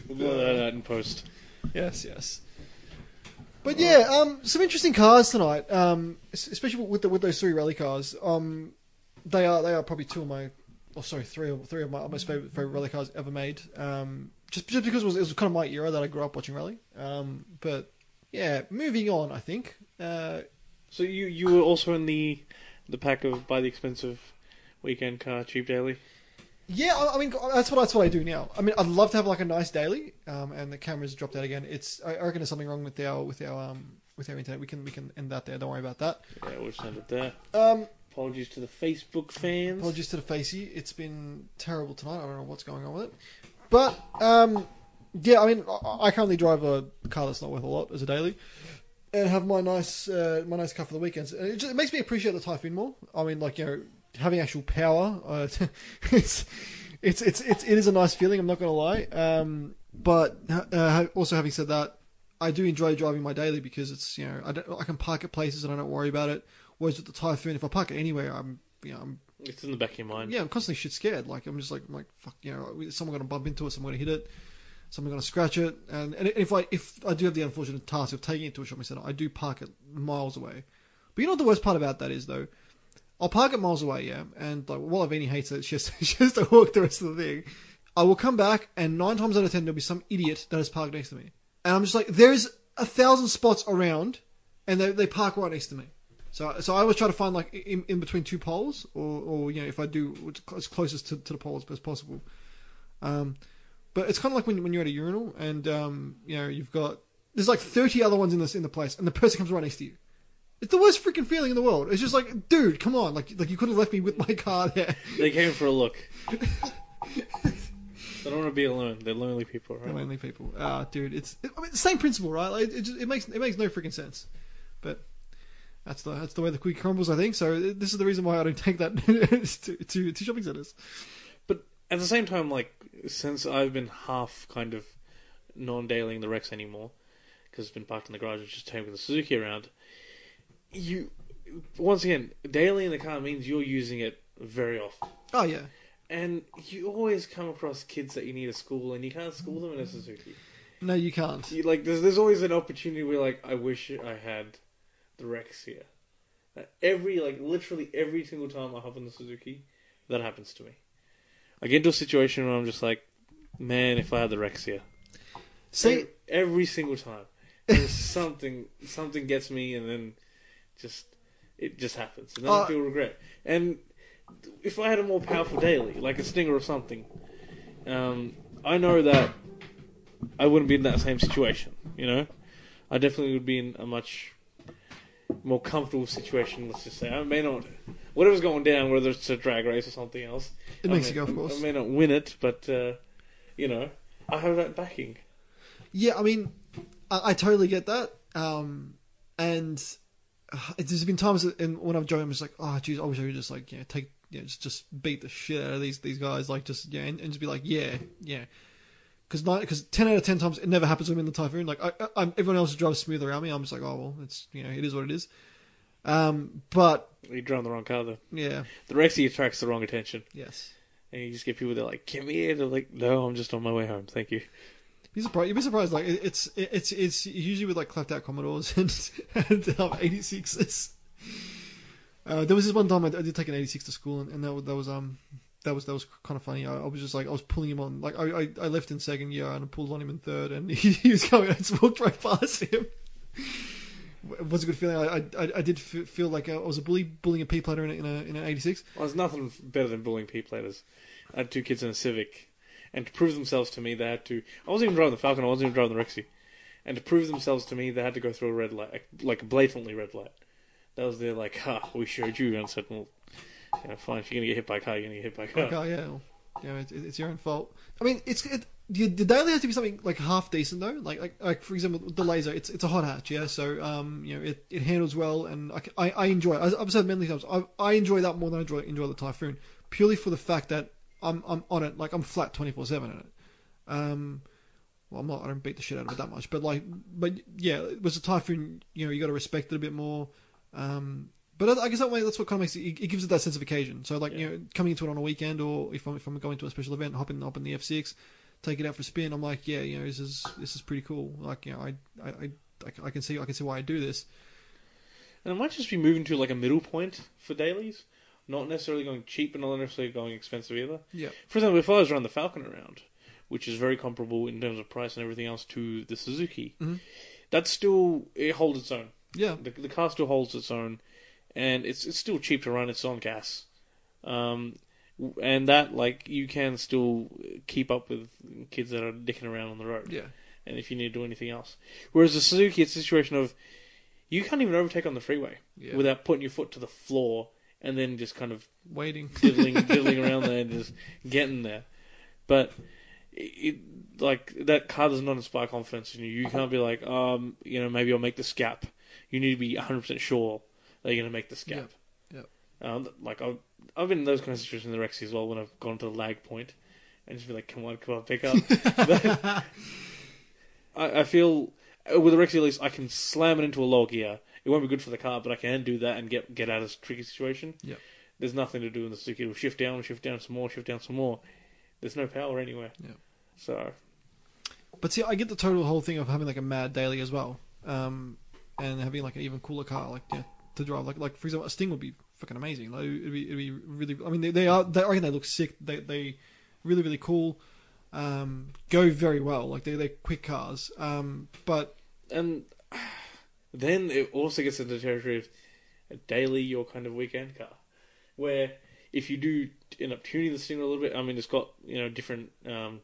[SPEAKER 2] We'll blow that out in post.
[SPEAKER 1] yes, yes. But yeah, um, some interesting cars tonight. Um, es- especially with the, with those three rally cars. Um, they are they are probably two of my, or sorry, three of three of my most favorite, favorite rally cars ever made. Um, just just because it was, it was kind of my era that I grew up watching rally. Um, but yeah, moving on. I think. Uh,
[SPEAKER 2] So you you were also in the the pack of buy the expensive weekend car cheap daily.
[SPEAKER 1] Yeah, I, I mean that's what that's what I do now. I mean, I'd love to have like a nice daily, um, and the camera's dropped out again. It's I I reckon there's something wrong with our with our um with our internet. We can we can end that there. Don't worry about that.
[SPEAKER 2] Yeah, we'll send it there.
[SPEAKER 1] Um,
[SPEAKER 2] Apologies to the Facebook fans.
[SPEAKER 1] apologies to the facey. It's been terrible tonight. I don't know what's going on with it, but um, yeah, I mean I, I currently drive a car that's not worth a lot as a daily, and have my nice uh, my nice car for the weekends. And it, just, it makes me appreciate the Typhoon more. I mean, like you know, having actual power, uh, it's, it's it's it's it is a nice feeling. I'm not going to lie. Um, but uh, also having said that, I do enjoy driving my daily because it's you know I don't I can park at places and I don't worry about it. Whereas with the typhoon, if I park it anywhere, I'm you know I'm
[SPEAKER 2] It's in the back of your mind.
[SPEAKER 1] yeah I'm constantly shit scared. Like I'm just like I'm like fuck you know is someone gonna bump into it, someone gonna hit it, someone gonna scratch it, and and if I if I do have the unfortunate task of taking it to a shopping center, I do park it miles away. But you know what the worst part about that is though. I'll park it miles away, yeah, and like while Avini hates it, she has, she has to walk the rest of the thing. I will come back, and nine times out of ten, there'll be some idiot that has parked next to me, and I'm just like, there's a thousand spots around, and they, they park right next to me. So, so I always try to find like in, in between two poles, or, or you know, if I do what's cl- as closest to, to the pole as, as possible. Um, but it's kind of like when, when you're at a urinal, and um, you know, you've got there's like thirty other ones in this in the place, and the person comes right next to you. It's the worst freaking feeling in the world. It's just like, dude, come on, like, like you could have left me with my car there.
[SPEAKER 2] They came for a look. they don't want to be alone. They're lonely people, right?
[SPEAKER 1] They're lonely people. Ah, dude, it's I mean, it's the same principle, right? Like, it, just, it makes it makes no freaking sense. But that's the that's the way the cookie crumbles, I think. So this is the reason why I don't take that to, to to shopping centers.
[SPEAKER 2] But at the same time, like since I've been half kind of non-dailying the Rex anymore because it's been parked in the garage and just taking the Suzuki around, you once again dailying the car means you're using it very often,
[SPEAKER 1] Oh yeah,
[SPEAKER 2] and you always come across kids that you need to school and you can't school them in a Suzuki.
[SPEAKER 1] no, you can't.
[SPEAKER 2] You, like there's there's always an opportunity where like I wish I had the Rex here. Like, every like literally every single time I hop on the Suzuki, that happens to me. I get into a situation where I'm just like, man, if I had the Rex here.
[SPEAKER 1] See,
[SPEAKER 2] every, every single time, there's something something gets me, and then just it just happens, and then
[SPEAKER 1] Uh,
[SPEAKER 2] I feel regret. And if I had a more powerful daily, like a stinger or something, um, I know that I wouldn't be in that same situation. You know, I definitely would be in a much more comfortable situation. Let's just say I may not, whatever's going down, whether it's a drag race or something else.
[SPEAKER 1] It
[SPEAKER 2] I
[SPEAKER 1] makes
[SPEAKER 2] may-
[SPEAKER 1] you go, of course.
[SPEAKER 2] I may not win it, but uh, you know, I have that backing.
[SPEAKER 1] yeah, I mean, I, I totally get that. Um, and uh, there's been times that- in, when I've joined, I'm just like, oh, geez, I wish I could just like, you know, take, you know, just just beat the shit out of these these guys, like just yeah, and, and just be like, yeah, yeah. Because because ten out of ten times it never happens when I'm in the typhoon. Like I, I, I'm, everyone else drives smooth around me. I'm just like, oh well, it's you know, it is what it is. Um, but
[SPEAKER 2] You drive the wrong car though.
[SPEAKER 1] yeah,
[SPEAKER 2] The Rexy attracts the wrong attention,
[SPEAKER 1] yes.
[SPEAKER 2] and you just get people that are like, "Give me it." They're like, "No, I'm just on my way home. Thank you."
[SPEAKER 1] Be surprised. You'd be surprised. Like it- it's it- it's it's usually with like clapped out Commodores and and um, 86s. Uh, there was this one time I, I did take an 86 to school and, and that, was- that was um that was that was kind of funny. I, I was just like I was pulling him on like I, I, I left in second year and I pulled on him in third and he, he was going I just walked right past him. It was a good feeling. I I, I did f- feel like I was a bully bullying a pea platter in a, in, a, in an 86.
[SPEAKER 2] Well, there's nothing better than bullying people letters. I had two kids in a Civic, and to prove themselves to me, they had to. I wasn't even driving the Falcon. I wasn't even driving the Rexy, and to prove themselves to me, they had to go through a red light, like a blatantly red light. That was their like, "Ha, we showed you." And I said, "Well, you know, fine. If you're gonna get hit by a car, you're gonna get hit by a car."
[SPEAKER 1] Like, oh yeah, well, you know, it, it- it's your own fault. I mean, it's it, the, the daily has to be something like half decent though. Like like, like for example, the laser. It's it's a hot hatch, yeah. So um, you know, it, it handles well, and I, c- I, I enjoy. It. As I've said many times, I, I enjoy that more than I enjoy, enjoy the typhoon, purely for the fact that I'm I'm on it. Like I'm flat twenty four seven in it. Um, well, I'm not. I don't beat the shit out of it that much, but like, but yeah, it was a typhoon. You know, you got to respect it a bit more. Um, but I, I guess that way, that's what kind of makes it. It gives it that sense of occasion. So like, you know, coming into it on a weekend, or if I'm if I'm going to a special event, hopping up in the F6, take it out for a spin. I'm like, yeah, you know, this is this is pretty cool. Like, you know, I I. I I c- I can see, I can see why I do this.
[SPEAKER 2] And it might just be moving to like a middle point for dailies, not necessarily going cheap, but not necessarily going expensive either.
[SPEAKER 1] Yeah,
[SPEAKER 2] For example, if I was running the Falcon around, which is very comparable in terms of price and everything else to the Suzuki,
[SPEAKER 1] Mhm.
[SPEAKER 2] that still it holds its own.
[SPEAKER 1] yeah,
[SPEAKER 2] The, the car still holds its own, and it's it's still cheap to run. It's on gas, um, w- and that like you can still keep up with kids that are dicking around on the road
[SPEAKER 1] yeah,
[SPEAKER 2] and if you need to do anything else. Whereas the Suzuki, it's a situation of you can't even overtake on the freeway
[SPEAKER 1] Yeah.
[SPEAKER 2] without putting your foot to the floor and then just kind of
[SPEAKER 1] waiting.
[SPEAKER 2] diddling, diddling around there and just getting there. But it, it- like that car does not inspire confidence in you. You can't be like, um, you know, maybe I'll make this gap. You need to be 100 percent sure that you're going to make this gap.
[SPEAKER 1] Yep,
[SPEAKER 2] Um, like I've, I've been in those kind of situations in the Rexy as well when I've gone to the lag point and just be like, come on, come on, pick up. I, I feel, uh, with a Rexy release, I can slam it into a low gear. It won't be good for the car, but I can do that and get get out of this tricky situation.
[SPEAKER 1] Yep.
[SPEAKER 2] There's nothing to do in the Suzuki. It'll shift down, shift down some more, shift down some more. There's no power anywhere.
[SPEAKER 1] Yep.
[SPEAKER 2] So
[SPEAKER 1] But see, I get the total whole thing of having like a mad daily as well, um, and having like an even cooler car, like yeah, to drive. Like like for example, a Sting would be fucking amazing. Like it'd be, it'd be really. I mean, they, they are. They, I reckon they look sick. They they really really cool. Um, go very well. Like they they're quick cars. Um, but
[SPEAKER 2] and then it also gets into the territory of a daily your kind of weekend car, where if you do end up tuning the Stinger a little bit, I mean it's got you know different um,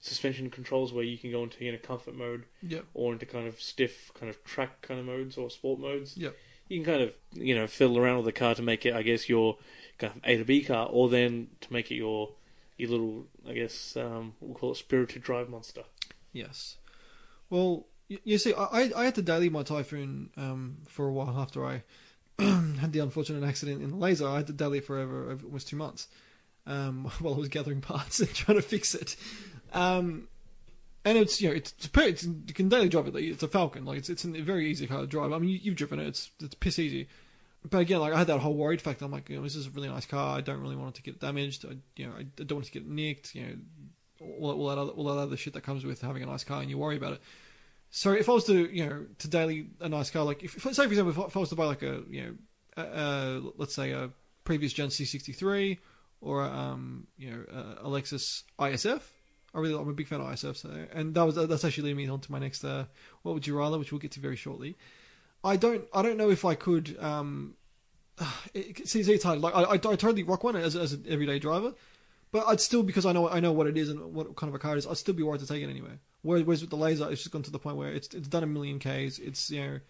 [SPEAKER 2] suspension controls where you can go into you know comfort mode
[SPEAKER 1] yeah,
[SPEAKER 2] or into kind of stiff kind of track kind of modes or sport modes.
[SPEAKER 1] Yep.
[SPEAKER 2] You can kind of you know fiddle around with the car to make it I guess your kind of A to B car, or then to make it your your little I guess um, we'll call it spirited drive monster.
[SPEAKER 1] Yes. Well, you, you see, I, I- I had to daily my Typhoon um, for a while after I had the unfortunate accident in the laser. I had to daily it for over, over almost two months um, while I was gathering parts and trying to fix it. Um, and it's you know it's, it's, per- it's you can daily drive it. Like, it's a Falcon, like it's it's a very easy car to drive. I mean, you, you've driven it. It's it's piss easy. But again, like I had that whole worried factor. I'm like, you know, this is a really nice car. I don't really want it to get damaged. I, you know, I don't want it to get nicked. You know, all, all that other, all that other shit that comes with having a nice car and you worry about it. So if I was to you know to daily a nice car, like if, if- say for example, if I, if I was to buy like a you know a, a, let's say a previous gen C63 or a, um you know a, a Lexus ISF. I really I'm a big fan of ISF, so and that was that's actually leading me on to my next uh, what would you rather, which we'll get to very shortly. I don't I don't know if I could um it, it- see it's hard. Like I, I, I totally rock one as as an everyday driver, but I'd still because I know I know what it is and what kind of a car it is. I'd still be worried to take it anywhere. Whereas, whereas with the laser, it's just gone to the point where it's it's done a million k's. It's you know,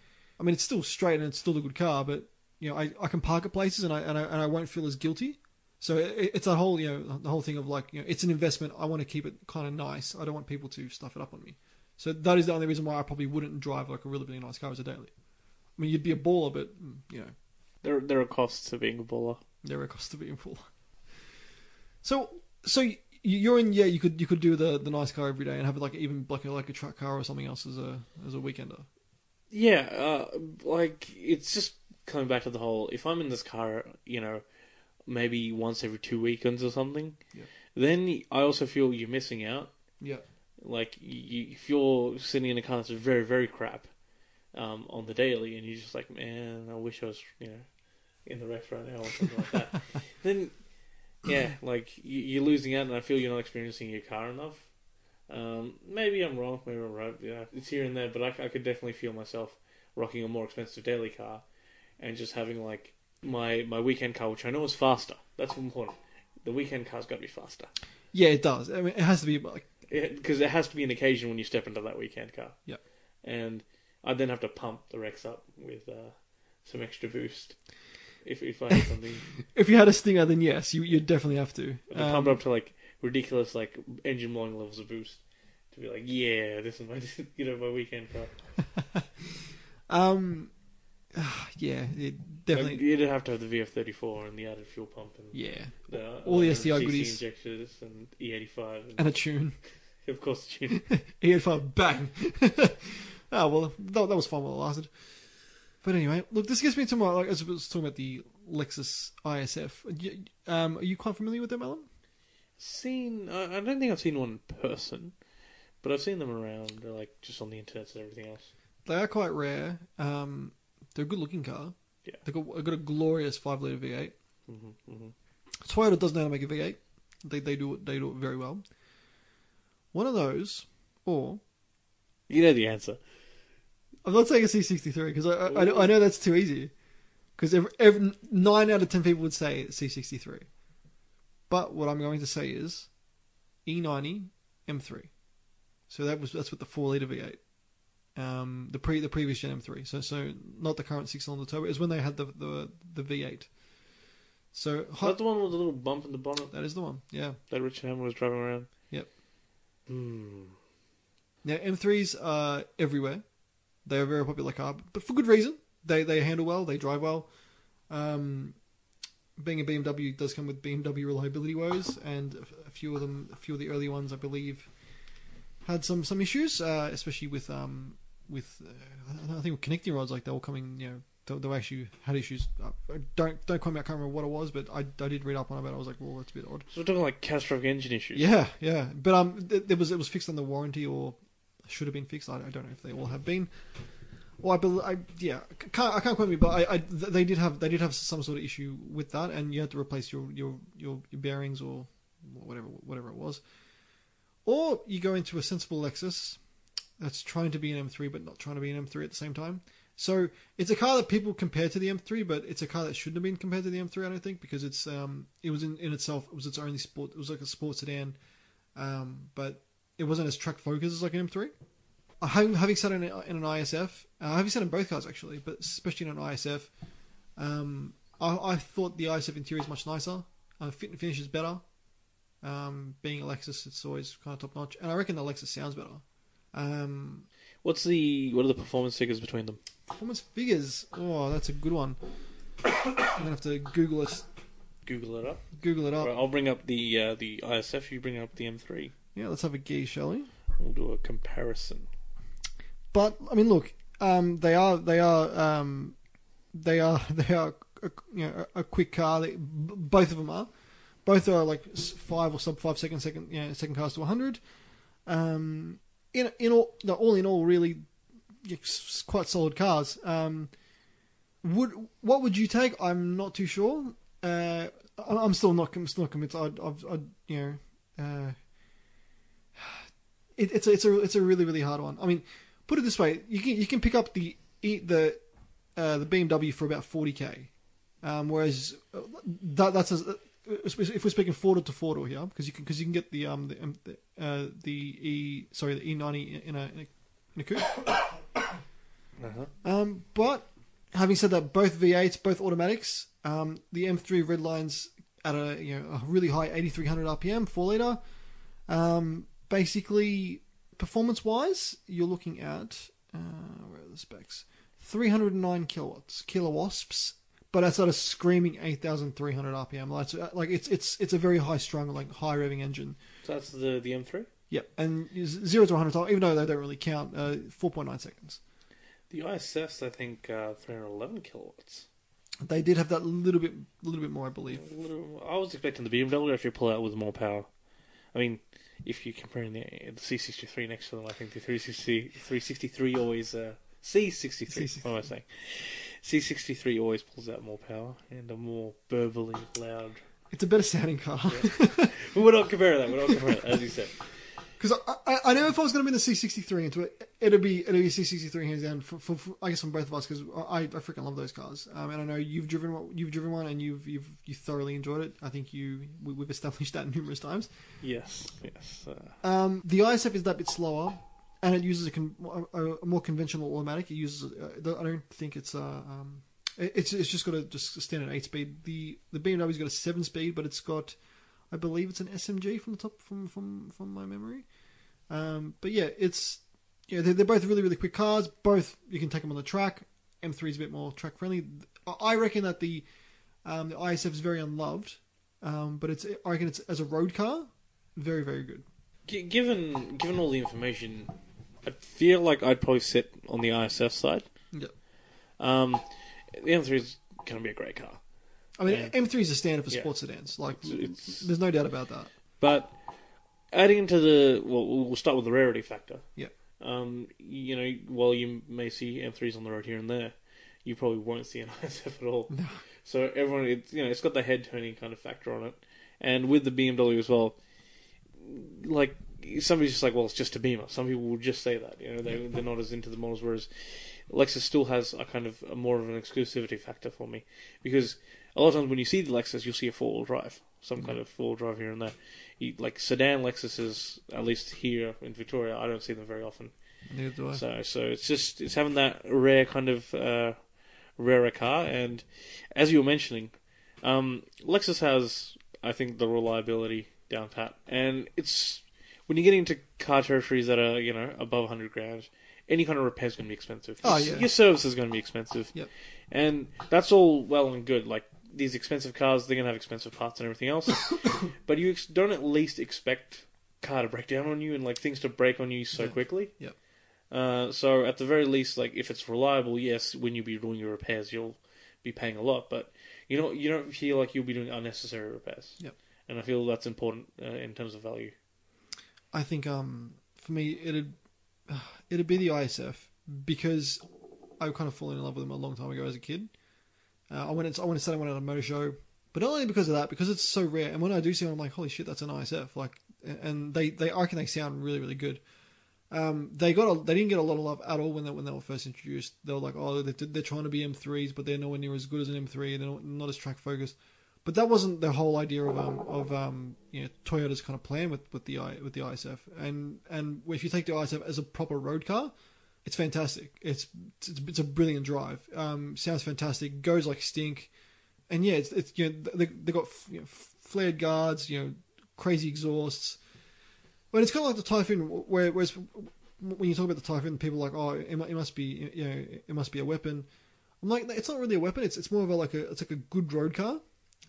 [SPEAKER 1] I mean, it's still straight and it's still a good car, but you know, I, I can park at places and I and I, and I won't feel as guilty. So it, it's a whole you know the whole thing of like you know it's an investment. I want to keep it kind of nice. I don't want people to stuff it up on me. So that is the only reason why I probably wouldn't drive like a really really nice car as a daily. I mean, you'd be a baller, but mm, you know.
[SPEAKER 2] There there are costs to being a baller.
[SPEAKER 1] There are costs to being poor. So, so y- you're in. Yeah, you could you could do the the nice car every day and have it like even like a, like a truck car or something else as a as a weekender.
[SPEAKER 2] Yeah, uh, like it's just coming back to the whole. If I'm in this car, you know, maybe once every two weekends or something,
[SPEAKER 1] Yeah.
[SPEAKER 2] then I also feel you're missing out.
[SPEAKER 1] Yeah.
[SPEAKER 2] Like you, if you're sitting in a car that's very very crap um, on the daily, and you're just like, man, I wish I was, you know, in the wreck right now or something like that. Then, yeah, like you, you're losing out, and I feel you're not experiencing your car enough. Um, maybe I'm wrong, maybe I'm right. Yeah, it's here and there, but I, I could definitely feel myself rocking a more expensive daily car and just having like my my weekend car, which I know is faster. That's important. The weekend car's got to be faster
[SPEAKER 1] Yeah, it does. I mean, it has to be like
[SPEAKER 2] because it has to be an occasion when you step into that weekend car.
[SPEAKER 1] Yeah.
[SPEAKER 2] And I then have to pump the Rex up with uh, some extra boost. If if I had something,
[SPEAKER 1] if you had a Stinger, then yes, you you definitely have to.
[SPEAKER 2] I
[SPEAKER 1] Um,
[SPEAKER 2] pump it up to like ridiculous like engine blowing levels of boost to be like, yeah, this is my you know my weekend car.
[SPEAKER 1] um, ah, yeah, it
[SPEAKER 2] Like,
[SPEAKER 1] definitely.
[SPEAKER 2] you'd have to have the VF34 and the added fuel pump and
[SPEAKER 1] Yeah,
[SPEAKER 2] the,
[SPEAKER 1] All the
[SPEAKER 2] uh,
[SPEAKER 1] STI
[SPEAKER 2] CC
[SPEAKER 1] goodies.
[SPEAKER 2] injectors and E85 and,
[SPEAKER 1] and a tune.
[SPEAKER 2] of course the tune.
[SPEAKER 1] Ian Farm, bang. Ah, well, that, that was fun while it lasted. But anyway, look, this gets me to my. Like, as I was talking about the Lexus ISF. You- Um, are you quite familiar with them, Alan?
[SPEAKER 2] seen. I I don't think I've seen one in person, but I've seen them around, uh, like just on the internet and everything else.
[SPEAKER 1] They are quite rare. Um, they're a good looking car.
[SPEAKER 2] Yeah.
[SPEAKER 1] They've got, they've got a glorious 5 litre V8.
[SPEAKER 2] Mm-hmm, mm-hmm.
[SPEAKER 1] Toyota does know how to make a V8. They, they, do it, they do it very well. One of those, or.
[SPEAKER 2] You know the answer.
[SPEAKER 1] I'm not saying a C63 because I, I, I know- I know that's too easy. Because every, every, nine out of ten people would say C63. But what I'm going to say is E E90 M3. So that was that's with the four liter V8. Um, the pre the previous gen M3. So so not the current six cylinder turbo. It was when they had the the, the V8. So
[SPEAKER 2] Is that the one with the little bump in the bonnet
[SPEAKER 1] that is the one. Yeah.
[SPEAKER 2] that Richard Hammond was driving around?
[SPEAKER 1] Yep.
[SPEAKER 2] Hmm.
[SPEAKER 1] Now M3s are everywhere. They are a very popular car, but for good reason. They they handle well, they drive well. Um, being a BMW does come with BMW reliability woes, and a- a few of them, a few of the early ones, I believe, had some some issues, uh, especially with um, with uh, I think with connecting rods like they were coming you know they, they were actually had issues uh, don't don't quote me I can't remember what it was but I, I did read up on it but I was like well that's a bit odd
[SPEAKER 2] So we're talking like catastrophic engine issues.
[SPEAKER 1] yeah yeah but um th- there was it was fixed under warranty or should have been fixed I, I don't know if they all have been well I, bel I yeah c- can't I can't quote me but I, I th- they did have they did have some sort of issue with that and you had to replace your your your, your bearings or whatever whatever it was or you go into a sensible Lexus that's trying to be an M3 but not trying to be an M3 at the same time. So it's a car that people compare to the M3, but it's a car that shouldn't have been compared to the M3. I don't think because it's um it was in, in itself it was its only sport it was like a sports sedan, um but it wasn't as truck focused as like an M3. Uh, Having, having sat in, a- in an ISF, uh, having sat in both cars actually, but especially in an ISF, um I, I thought the ISF interior is much nicer. Uh, fit and finish is better. Um, being a Lexus, it's always kind of top notch, and I reckon the Lexus sounds better. Um,
[SPEAKER 2] What's the what are the performance figures between them?
[SPEAKER 1] Performance figures. Oh, that's a good one. I'm gonna have to Google it.
[SPEAKER 2] Google it up.
[SPEAKER 1] Google it
[SPEAKER 2] Right,
[SPEAKER 1] up.
[SPEAKER 2] I'll bring up the uh, the ISF. You bring up the M3.
[SPEAKER 1] Yeah, let's have a gee, shall we?
[SPEAKER 2] We'll do a comparison.
[SPEAKER 1] But I mean, look, um, they are they are um, they are they are a, you know a a quick car. They, b- both of them are. Both are like s- five or sub five second second you know, second cars to 100. Um, in in all no, all in all, really yeah, s- s- quite solid cars. Um, would what would you take? I'm not too sure. Uh, I- I'm still not I'm still not convinced. I'd, I've I'd, you know, uh, it, it's a, it's a it's a really really hard one. I mean, put it this way: you can you can pick up the E- the uh, the BMW for about forty k, um, whereas uh, that that's as, if we're speaking four door to four door here, because you can because you can get the um the um, the, uh, the E sorry the E ninety in a in a, in a coupe.
[SPEAKER 2] Uh-huh.
[SPEAKER 1] Um, but having said that, both V8s, both automatics, um, the M3 Redlines at a you know a really high 8300 RPM, four liter. Um, basically, performance wise, you're looking at uh, where are the specs? 309 kilowatts, kilowasps, but that's at a screaming 8300 RPM. Like, it's- like it's it's it's a very high strung, like high revving engine.
[SPEAKER 2] So that's the the M3.
[SPEAKER 1] Yep, and z- zero to 100, even though they don't really count, uh, 4.9 seconds.
[SPEAKER 2] The ISS, I think, uh, 311 kilowatts.
[SPEAKER 1] They did have that little bit, little bit more, I believe.
[SPEAKER 2] A little- I was expecting the BMW if you pull out with more power. I mean, if you're comparing the, the C63 next to them, I think the 360, 363 always uh, C63.
[SPEAKER 1] C63.
[SPEAKER 2] What am I saying? C63 always pulls out more power and a more burbly loud.
[SPEAKER 1] It's a better sounding car.
[SPEAKER 2] But we're not comparing that. We're not comparing that, as you said.
[SPEAKER 1] Because I, I, I know if I was going to be in the C63 into it, it'd be it'd be C63 hands down. For, for, for- I guess from both of us because I, I freaking love those cars. Um, and I know you've driven one- you've driven one and you've you've you thoroughly enjoyed it. I think you we, we've established that numerous times.
[SPEAKER 2] Yes, yes. Uh,
[SPEAKER 1] Um, the ISF is that bit slower, and it uses a, con- a, a more conventional automatic. It uses uh, I don't think it's uh, um, it- it's it's just got a just a standard eight speed. The the BMW's got a seven speed, but it's got I believe it's an SMG from the top from from from my memory. Um, but yeah, it's yeah they're, they're both really really quick cars. Both you can take them on the track. M3 is a bit more track friendly. I- I reckon that the um, the ISF is very unloved, um, but it's I reckon it's as a road car, very very good.
[SPEAKER 2] G- given given all the information, I feel like I'd probably sit on the ISF side.
[SPEAKER 1] Yeah.
[SPEAKER 2] Um, the M3 is going to be a great car,
[SPEAKER 1] I mean,
[SPEAKER 2] Yeah.
[SPEAKER 1] M3 is a standard for
[SPEAKER 2] Yeah.
[SPEAKER 1] sports sedans. Like,
[SPEAKER 2] It's- it's-
[SPEAKER 1] there's no doubt about that.
[SPEAKER 2] but adding into the well, we'll start with the rarity factor.
[SPEAKER 1] Yeah.
[SPEAKER 2] Um, you know, while you may see M3s on the road here and there, you probably won't see an ISF at all.
[SPEAKER 1] No.
[SPEAKER 2] So everyone, it's you know, it's got the head turning kind of factor on it, and with the BMW as well. Like somebody's just like, well, it's just a Beamer. Some people will just say that, you know, they they're not as into the models. Whereas Lexus still has a kind of a more of an exclusivity factor for me because a lot of times when you see the Lexus, you'll see a four wheel drive, some kind of four wheel drive here and there. You, like sedan Lexuses, at least here in Victoria, I don't see them very often.
[SPEAKER 1] Neither do I.
[SPEAKER 2] So, so it's just it's having that rare kind of uh, rarer car, and as you were mentioning, um, Lexus has I think the reliability down pat, and it's when you get into car territories that are you know above hundred grand, any kind of repair is going to be expensive.
[SPEAKER 1] Oh,
[SPEAKER 2] Your-
[SPEAKER 1] yeah.
[SPEAKER 2] your service is going to be expensive.
[SPEAKER 1] Yep.
[SPEAKER 2] and that's all well and good. Like these expensive cars, they're going to have expensive parts and everything else, but you ex- don't at least expect car to break down on you and like things to break on you so
[SPEAKER 1] Yeah.
[SPEAKER 2] quickly.
[SPEAKER 1] Yep.
[SPEAKER 2] Uh, so at the very least, like if it's reliable, yes, when you be doing your repairs, you'll be paying a lot, but you don't you don't feel like you'll be doing unnecessary repairs.
[SPEAKER 1] Yep.
[SPEAKER 2] And I feel that's important uh, in terms of value.
[SPEAKER 1] I think um, for me it'd it'd be the ISF because I kind of fallen in love with them a long time ago as a kid. Uh, I went I went and said I went at a motor show, but not only because of that, because it's so rare. And when I do see one, I'm like, holy shit, that's an ISF! Like, and they they I reckon they sound really really good. Um, they got a, they didn't get a lot of love at all when they when they were first introduced. They were like, oh, they're, they're trying to be M3s, but they're nowhere near as good as an M3. They're not, not as track focused. But that wasn't the whole idea of um, of um, you know Toyota's kind of plan with, with the I with the ISF. And and if you take the ISF as a proper road car, it's fantastic. It's it's, it's a brilliant drive. Um, sounds fantastic. Goes like stink. And yeah, it's it's you know they they got you know, flared guards, you know, crazy exhausts. But it's kind of like the Typhoon, where whereas when you talk about the Typhoon, people are like, oh, it, mu- it must be you know it must be a weapon. I'm like, it's not really a weapon. It's it's more of a like a it's like a good road car.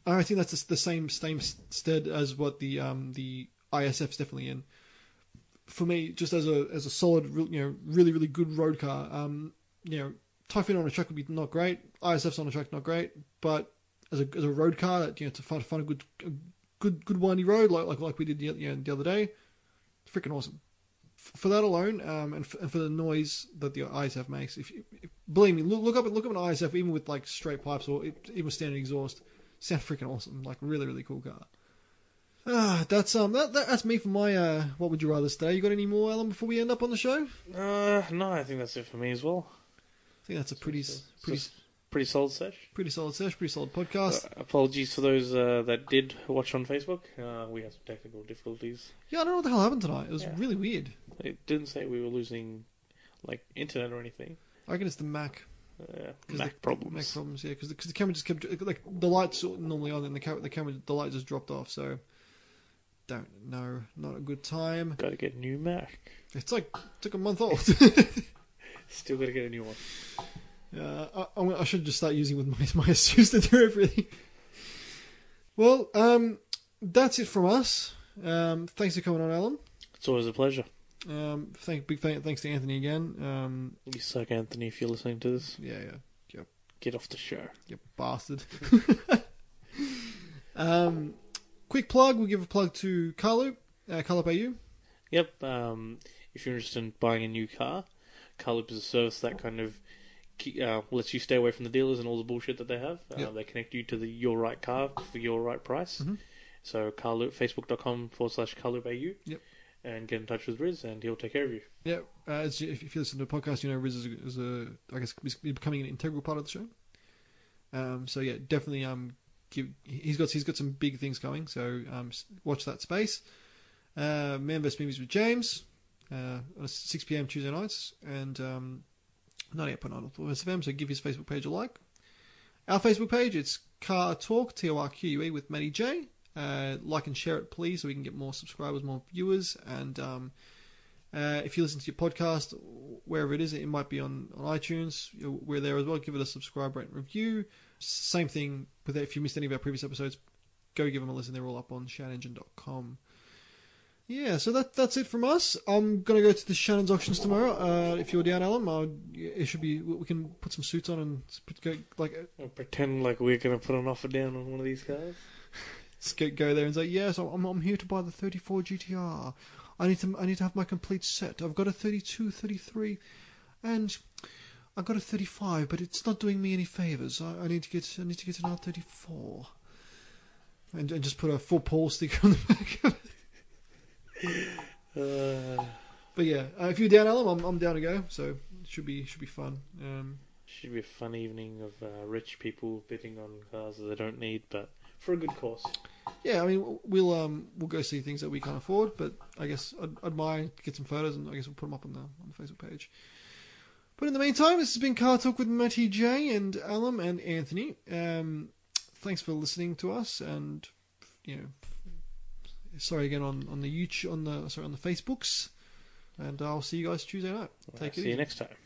[SPEAKER 1] And I think that's the same same stead as what the um the ISF's definitely in. For me, just as a as a solid, real- you know, really really good road car, um, you know, Typhoon on a track would be not great. ISF's on a track not great, but as a as a road car, that you know, to find find a good a good good windy road like like like we did the, you know, the other day, freaking awesome. F- For that alone, um, and for, and for the noise that the ISF makes, if, you- if believe me, look, look up look up an ISF even with like straight pipes or even standard exhaust, sound freaking awesome. Like really, really cool car. Ah, that's um, that, that that's me for my uh, what would you rather stay? You got any more, Alan? Before we end up on the show, I
[SPEAKER 2] Uh, no, I think that's it for me as well.
[SPEAKER 1] think that's a pretty s- pretty
[SPEAKER 2] So- pretty solid sesh.
[SPEAKER 1] pretty solid sesh, pretty solid
[SPEAKER 2] Uh,
[SPEAKER 1] podcast.
[SPEAKER 2] apologies for those uh, that did watch on Facebook. Uh, we had some technical difficulties.
[SPEAKER 1] Yeah, I don't know what the hell happened tonight. It was
[SPEAKER 2] Yeah.
[SPEAKER 1] really weird.
[SPEAKER 2] It didn't say we were losing like internet or anything.
[SPEAKER 1] I reckon it's the Mac
[SPEAKER 2] Uh,
[SPEAKER 1] 'Cause
[SPEAKER 2] Mac
[SPEAKER 1] the-
[SPEAKER 2] problems.
[SPEAKER 1] Mac problems. Yeah, because the, 'cause the camera just kept like the lights sort of normally on, and the camera the camera the light just dropped off. So don't know, not a good time.
[SPEAKER 2] Got to get a new Mac.
[SPEAKER 1] It's like took a month old.
[SPEAKER 2] Still got to get a new one.
[SPEAKER 1] Yeah, Uh, I, I'm gonna- I should just start using with my my Asus to do everything. Well, um, that's it from us. Um, thanks for coming on, Alan.
[SPEAKER 2] It's always a pleasure.
[SPEAKER 1] Um, thank big thank, thanks to Anthony again. Um,
[SPEAKER 2] You suck, Anthony, if you're listening to this.
[SPEAKER 1] yeah, yeah,
[SPEAKER 2] Get off the show.
[SPEAKER 1] you bastard. um, quick plug. We'll give a plug to Carloop. Uh, Carloop AU.
[SPEAKER 2] Yep. Um, if you're interested in buying a new car, CarLoop is a service that kind of ke- uh, lets you stay away from the dealers and all the bullshit that they have. Uh,
[SPEAKER 1] Yep.
[SPEAKER 2] They connect you to the your right car for your right price.
[SPEAKER 1] Mhm.
[SPEAKER 2] So CarLoop, facebook.com forward slash CarLoopAU.
[SPEAKER 1] Yep.
[SPEAKER 2] And get in touch with Riz, and he'll take care of you.
[SPEAKER 1] Yeah, uh, as you- if if you listen to the podcast, you know Riz is, is a I guess is becoming an integral part of the show. Um, so yeah, definitely um, give he's got he's got some big things coming. So um, s- watch that space. Uh, Man vs Movies with James uh, on 6 p.m. Tuesday nights and um, 98.9 Plus FM. So give his Facebook page a like. Our Facebook page it's Car Talk T O R Q U E with Matty J. Uh, like and share it, please, so we can get more subscribers, more viewers, and um, uh, if you listen to your podcast, wherever it is, it might be on, on iTunes. You know, We're there as well. Give it a subscribe, rate, and review. Same thing with that. If you missed any of our previous episodes, go give them a listen. They're all up on shannengine.com. Yeah, so that that's it from us. I'm gonna go to the Shannon's auctions tomorrow. Uh, if you're down, Alan, I'll, it should be. We can put some suits on and put, go like
[SPEAKER 2] And pretend like we're going to put an offer down on one of these cars.
[SPEAKER 1] Just go- go there and say, "Yes, I'm, I'm here to buy the 34 GTR. I need to I need to have my complete set. I've got a 32, 33, and I've got a 35, but it's not doing me any favors. I, I need to get I need to get an R34." And, and just put a full Paul sticker on the back of it.
[SPEAKER 2] Uh,
[SPEAKER 1] But yeah, uh, if you're down, Alan, I'm, I'm down to go. So it should be should be fun. Um,
[SPEAKER 2] should be a fun evening of uh, rich people bidding on cars that they don't need, but for a good cause.
[SPEAKER 1] yeah, I mean we'll um we'll go see things that we can't afford, but I guess I'd, I'd mind get some photos and I guess we'll put them up on the on the Facebook page. But in the meantime, this has been Car Talk with Matty J and Alum and Anthony. Um, thanks for listening to us, and you know, sorry again on on the YouTube on the sorry on the Facebooks, and I'll see you guys Tuesday night. Take it
[SPEAKER 2] see
[SPEAKER 1] easy.
[SPEAKER 2] you next time.